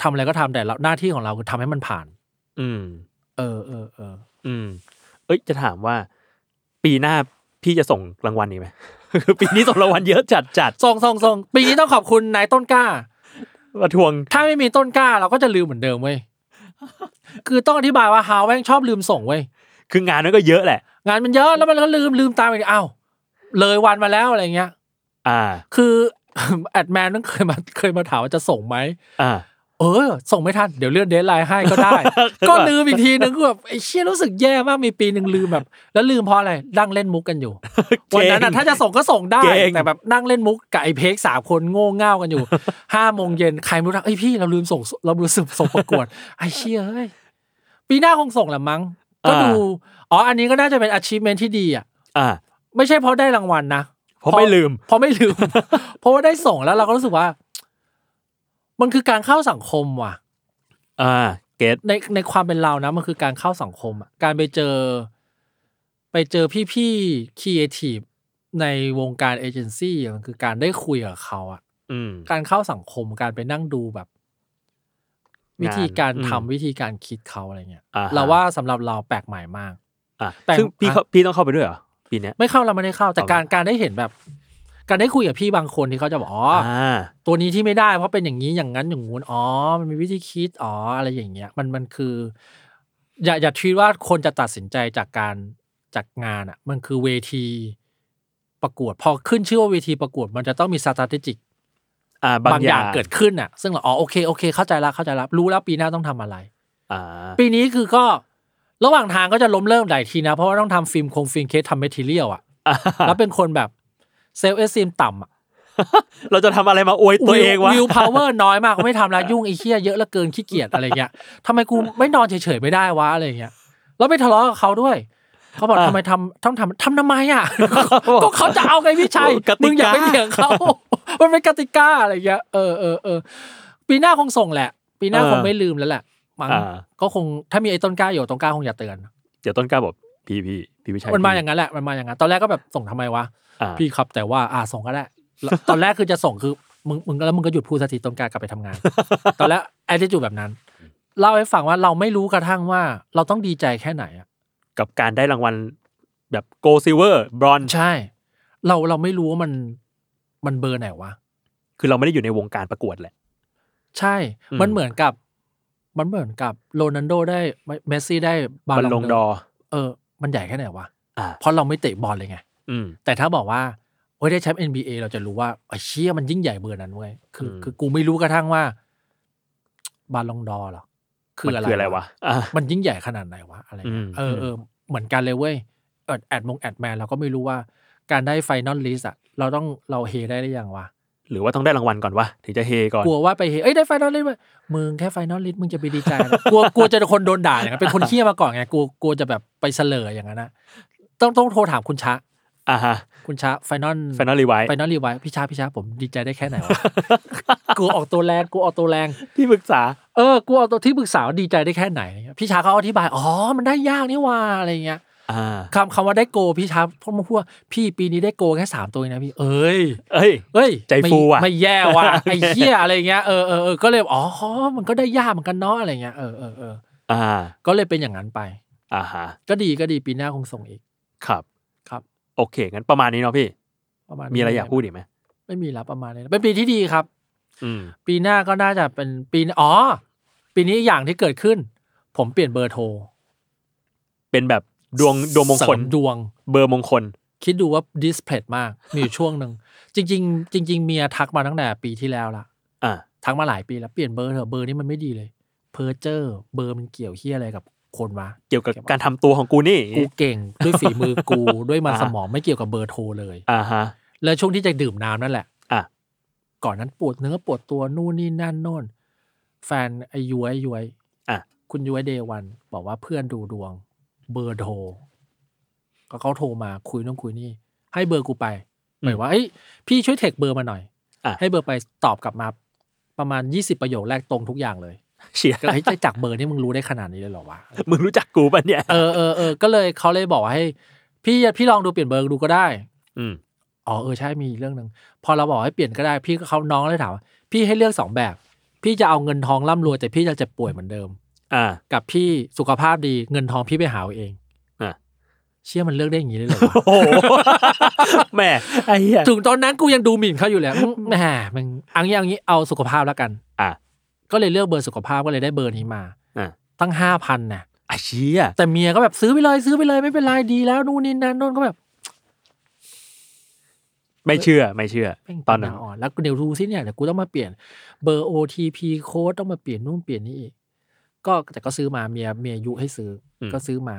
ทำอะไรก็ทำแต่เราหน้าที่ของเราคือทำให้มันผ่าน
อืม
เออเออเออ
อืม เอ้ยจะถามว่า ปีหน้าพี่จะส่งรางวัลนี้ไหม คือปีนี้ส่งรางวัลเยอะจัดจัด
ส่งส่งส่งปีนี้ต้องขอบคุณนายต้นกล้า
ๆมาทวง
ถ้าไม่มีต้นกล้าเราก็จะลืมเหมือนเดิมเว้ย คือต้องอธิบายว่าฮาวแม่งชอบลืมส่งเว้ย
คืองานนั้นก็เยอะแหละ
งานมันเยอะแล้วมันก็ลืมลืมตามไปอ้าวเลยวันมาแล้วอะไรเงี้ย
อ่า
คือ แอดแมนต้องเคยมา เคยมาถามว่าจะส่งไหม
อ่า
เออ ส่งไม่ทัน เดี๋ยวเลื่อนเดทไลน์ให้ก็ได้ ก็ลืมอีกทีนึงก็แบบไอ้เชี่ยรู้สึกแย่มากมีปีหนึ่งลืมแบบ แล้วลืมเพราะอะไรดั่งเล่นมุกกันอยู่ วันนั้นน่ะถ้าจะส่งก็ส่งได้
เก่ง
แต่แบบนั่งเล่นมุกกับไอ้เพกสามคนโง่เง่ากันอยู่ ห้าโมงเย็นใครไม่รู้ทักไอ้ยพี่เราลืมส่งเราลืมส่งส่งประกวดไอ้เชี่ยเอ้ยปีหน้าคงส่งละมั้งก็ดูอ๋ออันนี้ก็น่าจะเป็น achievement ที่ดีอ่ะ
อ่า
ไม่ใช่เพราะได้รางวัลนะ
เพราะไม่ลืม
เพราะไม่ลื ม เพราะว่าได้ส่งแล้วเราก็รู้สึกว่า มันคือการเข้าสังคมว่ะ
อ่า เกต
ในในความเป็นเรานะมันคือการเข้าสังคมอะการไปเจอ ไปเจอพี่ๆครีเอทีฟในวงการเอเจนซี่อะมันคือการได้คุยกับเขาอะ
อืม
การเข้าสังคมการไปนั่งดูแบบ วิธีการ
อืม
ทำวิธีการคิดเขาอะไรเงี้ย
อ่าฮะ
เราว่าสำหรับเราแปลกใหม่มาก
อ่า
แต่ง
ซึ่งพี่
อ่ะ
เขาพี่ต้องเข้าไปด้วยเหรอ ปีเนี้ย
ไม่เข้าเราไม่ได้เข้า แต่
เอาละ
การการได้เห็นแบบ การได้คุยกับพี่บางคนที่เขาจะบอกอ๋ออ
อ่า
ตัวนี้ที่ไม่ได้เพราะเป็นอย่างนี้อย่างนั้นอย่างงู้นอ๋อ มันมีวิธีคิดอ๋ออะไรอย่างเงี้ยมันมันคือ อย่าอย่าคิดว่าคนจะตัดสินใจจากการจากงานอะ่ะ มันคือเวทีประกวด พอขึ้นชื่อว่าเวทีประกวด มันจะต้องมี s t r a t e g i c
อ่า
บา
บาง งอย่
อา
ย่าง ง
เกิดขึ้นอะ่ะ ซึ่งเราอ๋อโอเคโอเค เข้าใจละเข้าใจละรู้แล้วปีหน้าต้องทำอะไร
อ่า
ปีนี้คือก็ระหว่างทางก็จะล้มเริ่มหลายทีนะ เพราะว่าต้องทำฟิล์มคงฟิล์มเคสทำเมทีเรียล อ่ะแล้วเป็นคนแบบเซลล์เอสซีมต่ำอ่ะ
เราจะทำอะไรมาอวยตัวเองวะ
วิวพาวเวอร์น้อยมากไม่ทำละยุ่งไอ้เหี้ยเยอะเหลือเกินขี้เกียจอะไรเงี้ยทำไมกูไม่นอนเฉยๆไม่ได้วะอะไรเงี้ยแล้วไปทะเลาะกับเขาด้วย เขาบอก
อ่ะ
ทำไมทำต้องทำทำทำไม อ่ะ ก็เขาจะเอาไงพี่ชัย
โอ้กติกามึ
มึงอย่าไปเถียงเขา มันเป็นกติกาอะไรเงี้ยเออเออเออปีหน้าคงส่งแหละ ปีหน้าคงไม่ลืมแล้วแหละมั้ง
อ่า
ก็คงถ้ามีไอ้ต้นกล้าอยู่ต้นกล้าคงอย่าเตือน
เดี๋ยวต้นกล้าบอกพี่พี่พี่วิชัย
มันมาอย่างนั้นแหละมันมาอย่างนั้นตอนแรกก็แบบส่งทำไมวะ
อ่า
พี่ครับแต่ว่าอ่าส่งก็ได้แล้ว ตอนแรกคือจะส่งคือมึงมึงแล้วมึงก็หยุดพูดสักทีต้นกล้ากลับไปทำ งาน ตอนแรกแอดจูแบบนั้น เล่าให้ฟังว่าเราไม่รู้กระทั่งว่า เราต้องดีใจแค่ไหนอะ
กับการได้รางวัลแบบโกซิเวอร์บรอน
ใช่ เราเราไม่รู้ว่ามันมันเบอร์ไหนวะ
คือเราไม่ได้อยู่ในวงการประกวดแหละ
ใช่
อืม
มันเหมือนกับ มันเหมือนกับโรนัลโดได้ไม่เมสซี่ได้บา
บัล
ล
ล
อง ง
ด
ด
อ
อ
ร์
เออ มันใหญ่แค่ไหนวะ
อ่า
เพราะเราไม่เตะบอลเลยไง
อืม
แต่ถ้าบอกว่าโอ้ยได้แชมป์ NBA เราจะรู้ว่าไอ้เชี่ยมันยิ่งใหญ่เบอร์นั้นเว้ยคือ
อืม
คือกูไม่รู้กระทั่งว่า บาลองดอร์เหรอคือ
มัน
อะไร
คืออะไรวะอ่า
มันยิ่งใหญ่ขนาดไหนวะอะไร
อื
เงี้ย
ม
เอออ
ม
เออเหมือนกันเลยเว้ยเออแอดมงแอดแมนเราก็ไม่รู้ว่า การได้ไฟนอลลิสอะเราต้องเราเฮได้หรือยังวะ
หรือว่าต้องได้รางวัลก่อนวะถึงจะเฮก่อน
กลัวว่าไปเฮเอ้ยได้ไฟนอลลิสเว้ยมึงแค่ไฟนอลลิสมึงจะไป ดีใจเหรอกลัวกลัวจะโดนคนโดนด่าอย่างนั้นเป็นคนเที่ยมาก่อนไงกลัวกลัวจะแบบไปเสลออย่างนั้นนะต้องต้องโทรถามคุณชะ
อ่าฮะ
คุณชะไฟนอล
แฟนอลรีไว
ไปนอนรีไวท์พี่ชาพี่ชาผมดีใจได้แค่ไหน วะ กูออกตัวแรงกูออกตัวแรง
ที่ปรึกษา
เออกูออกตัวที่ปรึกษาว่าดีใจได้แค่ไหนอะไรเงี้ยพี่ชาเขาอธิบายอ๋อมันได้ยากนี่ว่าอะไรเงี้ย
อ่า
คำคำว่าได้โกพี่ชาพวกมาพูดว่าพี่ปีนี้ได้โกแค่สามตัวเองนะพี่เอ้ย
เอ้ย
เอ้ย
ใจ
ไม่
ฟูว่ะ
ไม่แย่ ว่ะไอ้เหี้ยอะไรเงี้ยเออเออเออก็เลยอ๋อมันก็ได้ยากเหมือนกันเนาะอะไรเงี้ยเออเออเออ
อ่า
ก็เลยเป็นอย่างนั้นไป
อ่าฮะ
ก็ดีก็ดีปีหน้าคงส่งอีก
ครับ
ครับ
โอเค งั้นประมาณนี้เนาะพี่
ประมาณ
มี
นี้
อะไรอยากพูดอีกไหม
ไม่มีแล้วประมาณนี้เป็นปีที่ดีครับ
อืม
ปีหน้าก็น่าจะเป็นปีอ๋อ ปีนี้อย่างที่เกิดขึ้น ผมเปลี่ยนเบอร์โทร
เป็นแบบดวงดวงมงคล
เสริดวง
เบอร์มงคล
คิดดูว่าดิสเพลตมาก มีอยู่ช่วงหนึ่ง จริง ๆ จริง ๆ เมียทักมาตั้งแต่ปีที่แล้วละ
อ่า
ทักมาหลายปีแล้วเปลี่ยนเบอร์เถอะเบอร์นี้มันไม่ดีเลย เพอร์เจอร์ เบอร์มันเกี่ยวเฮียอะไรกับคนวะ
เกี่ยวกับการทำตัวของกูนี่
กูเก่งด้วยฝีมือกู ด้วยมัน
อ่า
สมองไม่เกี่ยวกับเบอร์โทรเลย
อ่าฮะ
แล้วช่วงที่จะดื่มน้ำนั่นแหละ
อ่ะ
ก่อนนั้นปวดเนื้อปวดตัวนู่นนี่นั่นโน่น แฟนไอ้ย้วยย้วย คุณยูไอเดวันบอกว่าเพื่อนดูดวง เบอร์โทรก็เขาโทรมาคุยนู่นคุยนี่ ให้เบอร์กูไปหมายว่าเอ้ยพี่ช่วยเทคเบอร์มาหน่อย
อ่ะ
ให้เบอร์ไปตอบกลับมา ประมาณยี่สิบประโยคแรกตรงทุกอย่างเลย
เชียร์
ก็เฮ้ยจากเบอร์นี่มึงรู้ได้ขนาดนี้เลยเหรอวะ
มึงรู้จักกูปะเนี่ย
เออเออเออก็เลยเขาเลยบอกว่าให้ พี่พี่ลองดูเปลี่ยนเบอร์ดูก็ได้
อืม
อ๋อเออใช่มีเรื่องหนึ่งพอเราบอกให้เปลี่ยนก็ได้พี่ก็เขาน้องเลยถามว่าพี่ให้เลือกสองแบบ พี่จะเอาเงินทองร่ำรวยแต่พี่จะเจ็บป่วยเหมือนเดิม
อ่า
กับพี่สุขภาพดีเงินทองพี่ไปหาเอาเอง
อ่ะ
เชื่อมันเลือกได้อย่างนี้ได้เลยเหรอ
โอ้
วะ
โห แหมไอ้เหี้ย
ถึงตอนนั้นกูยังดูหมิ่นเขาอยู่แหละอืมแหมมันเอังอย่างนี้เอาสุขภาพแล้วกัน
อ่ะ
ก็เลยเลือกเบอร์สุขภาพก็เลยได้เบอร์นี้มา
อ่ะ
ตั้งห้าพันน่ะ
ไอ้เชี่ย
แต่เมียก็แบบซื้อไปเลยซื้อไปเลยไม่เป็นไรดีแล้วนู่นนี่นั่นโน่นก็แบบ
ไม่เชื่อไม่เชื่อ
แม่ง
ตอนนั้น
ปัญญาอ่อนแล้วเดี๋ยวดูซิเนี่ยเดี๋ยวกูต้องมาเปลี่ยนเบอร์ OTP โค้ดต้องมาเปลี่ยนนู่นเปลี่ยนนี่อีกก็แต่ก็ซื้อมาเมียเมียยุให้ซื้ออ
ม
ก็ซื้อมา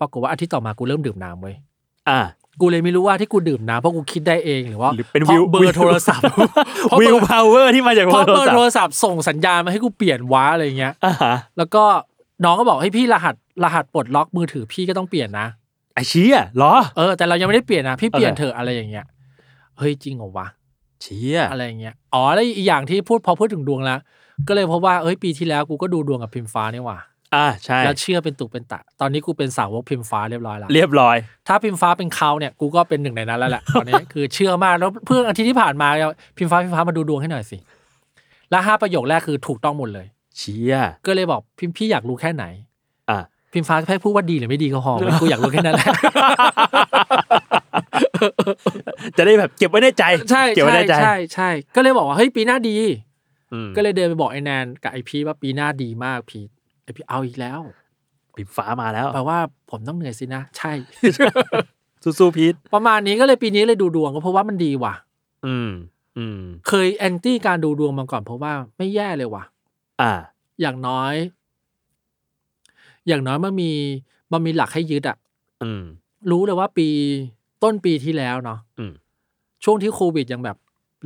ปรากฏว่าอาทิตย์ต่อมากูเริ่มดื่มน้ำเว้ย
อ่า
กูเลยไม่รู้ว่าที่กูดื่มน้ำเพราะกูคิดได้เองหรือว่า
หรือเป็น
พราะ
วิว
เบอร์โทรศัพท์ เพราะ
วิ
เบ
ว
อร์
พาวเวอร์ที่มาจาก
เพราะ
โทร
เบอ
ศัพ
ร์โท
ท์
รศัพท์ส่งสัญญาณมาให้กูเปลี่ยนว้าอะไรอย่างเงี้ย
อ่าฮะ
แล้วก็น้องก็บอกให้พี่รหัสรหัสปลดล็อกมือถือพี่ก็ต้องเปลี่ยนนะ
ไอ้เชี่ยเหรอ
เออแต่เรายังไม่ได้เปลี่ยนนะพี่
โอเค
เปลี่ยนเถอะอะไรอย่างเงี้ยเฮ้ยจริงเหรอวะ
เชี่ย
อะไรอย่างเงี้ยอ๋อแล้วอีกอย่างที่พูดพอพูดถึงดวงแล้วก็เลยพบว่าเอ้ยปีที่แล้วกูก็ดูดวงกับพิมฟ้านี่หว่า
อ่าใช่
แล้วเชื่อเป็นตุเป็นตะ ตอนนี้กูเป็นสาวกพิมฟ้าเรียบร้อยแล้ว
เรียบร้อย
ถ้าพิมฟ้าเป็นเขาเนี่ยกูก็เป็นหนึ่งในนั้นแล้วแหละ ตอนนี้ คือเชื่อมากแล้วเพื่อนอาทิตย์ที่ผ่านมาเนี่ยพิมฟ้าพิมฟ้ามาดูดวงให้หน่อยสิแล้วห้าประโยคแรกคือถูกต้องหมดเลย
เชี่ย
ก็เลยบอกพิมพี่อยากรู้แค่ไหน
อ่า
พิมฟ้าแค่พูดว่าดีหรือไม่ดีก็พอเว้ยกูอยากรู้แค่นั้นแหละ
จะได้แบบเก็บไว้ในใจ
ใช่
เก็บไว้
ใช่
ในใจ
ใช่ใช่ก็เลยบอกว่าเฮ้ยปีหน้าดี
อืม
ก็เลยเดินไปบอกไอ้แนนกับไอพีทว่าปีหน้าดีมากพีทไอพีทเอาอีกแล้ว
ปิมฟ้ามาแล้ว
แปลว่าผมต้องเหนื่อยสินะ ใช่
สู้ๆพีท
ประมาณนี้ก็เลยปีนี้เลยดูดวงก็เพราะว่ามันดีว่ะ
อืม อืม
เคยแอนตี้การดูดวงมาก่อนเพราะว่าไม่แย่เลยว่ะ
อ่า
อย่างน้อย อย่างน้อยมันมีมันมีหลักให้ยึดอะ
อืม
รู้เลยว่าปีต้นปีที่แล้วเนาะ
อืม
ช่วงที่โควิดยังแบบ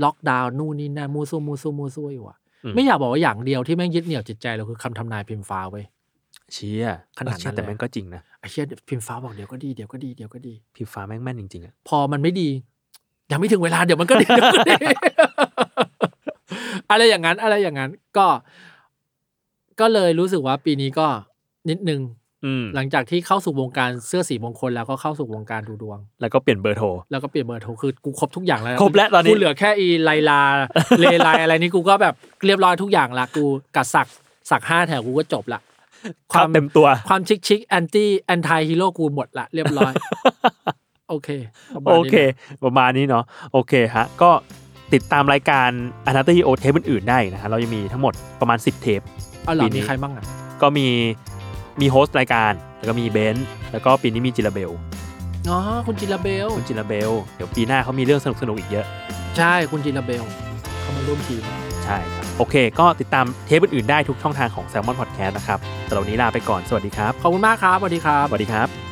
ล็อกดาวน์นู่นนี่นั่นมูซูมูซูมูซูอยู่อะ
อืม
ไม่อยากบอกว่าอย่างเดียวที่แม่งยึดเหนี่ยวจิตใจเราคือคำทำนายพิมฟ้าเว้ย
เชี่ย
ขนาด
เออ
นั้น
เชี่ยแต่
เลย
มันก็จริงนะ
ไอ้เชี่ยพิมฟ้าบอกเดี๋ยวก็ดีเดี๋ยวก็ดีเดี๋ยวก็ดี
พิมฟ้าแม่งแม่นจริงๆอ่ะ
พอมันไม่ดี ยังไม่ถึงเวลาเดี๋ยวมันก็ดีเดี๋ยวก็ ดี อะไรอย่างนั้น อะไรอย่างนั้น ก็ ก็เลยรู้สึกว่าปีนี้ก็นิดนึง
อืม
หลังจากที่เข้าสู่วงการเสื้อสีมงคลแล้วก็เข้าสู่วงการดูดวง
แล้วก็เปลี่ยนเบอร์โทร
แล้วก็เปลี่ยนเบอร์โทรคือกูครบทุกอย่างแล้วนะ
ครบแล้วตอนนี้
กูเหลือแค่อีไลลา เลไลอะไรนี่กูก็แบบเรียบร้อยทุกอย่างละกูกัดสักสักห้าแถวกูก็จบละ
คาเต็มตัว
ความชิคชิคแอนตี้แอนทายฮีโร่กูหมดละเรียบร้อย โอเคประมาณ
โอ
นี้นะ
เค ประมาณนี้เนาะโอเคฮะ ก็ติดตามรายการ Anatomy O เทปอื่น ๆ ได้นะฮะ เรายังมีทั้งหมดประมาณ 10 เทป
เอาเหรอ
ปีนี้
มีใครบ้างอ่ะ
ก็มีมีโฮสต์รายการ แล้วก็มีเบนซ์แล้วก็ปีนี้มีจิราเบล
อ๋อคุณจิลาเบล
คุณจิราเบล เดี๋ยวปีหน้าเขามีเรื่องสนุกๆอีกเยอะ
ใช่คุณจิลาเบลเขามาร่วมทีม
ใช่ครับโอเค ก็ติดตามเทปอื่น ๆ ได้ทุกช่องทางของ Salmon Podcast นะครับแต่วันนี้ลาไปก่อน สวัสดีครับ
ขอบคุณมากครับสวัสดีครับ
สวัสดีครับ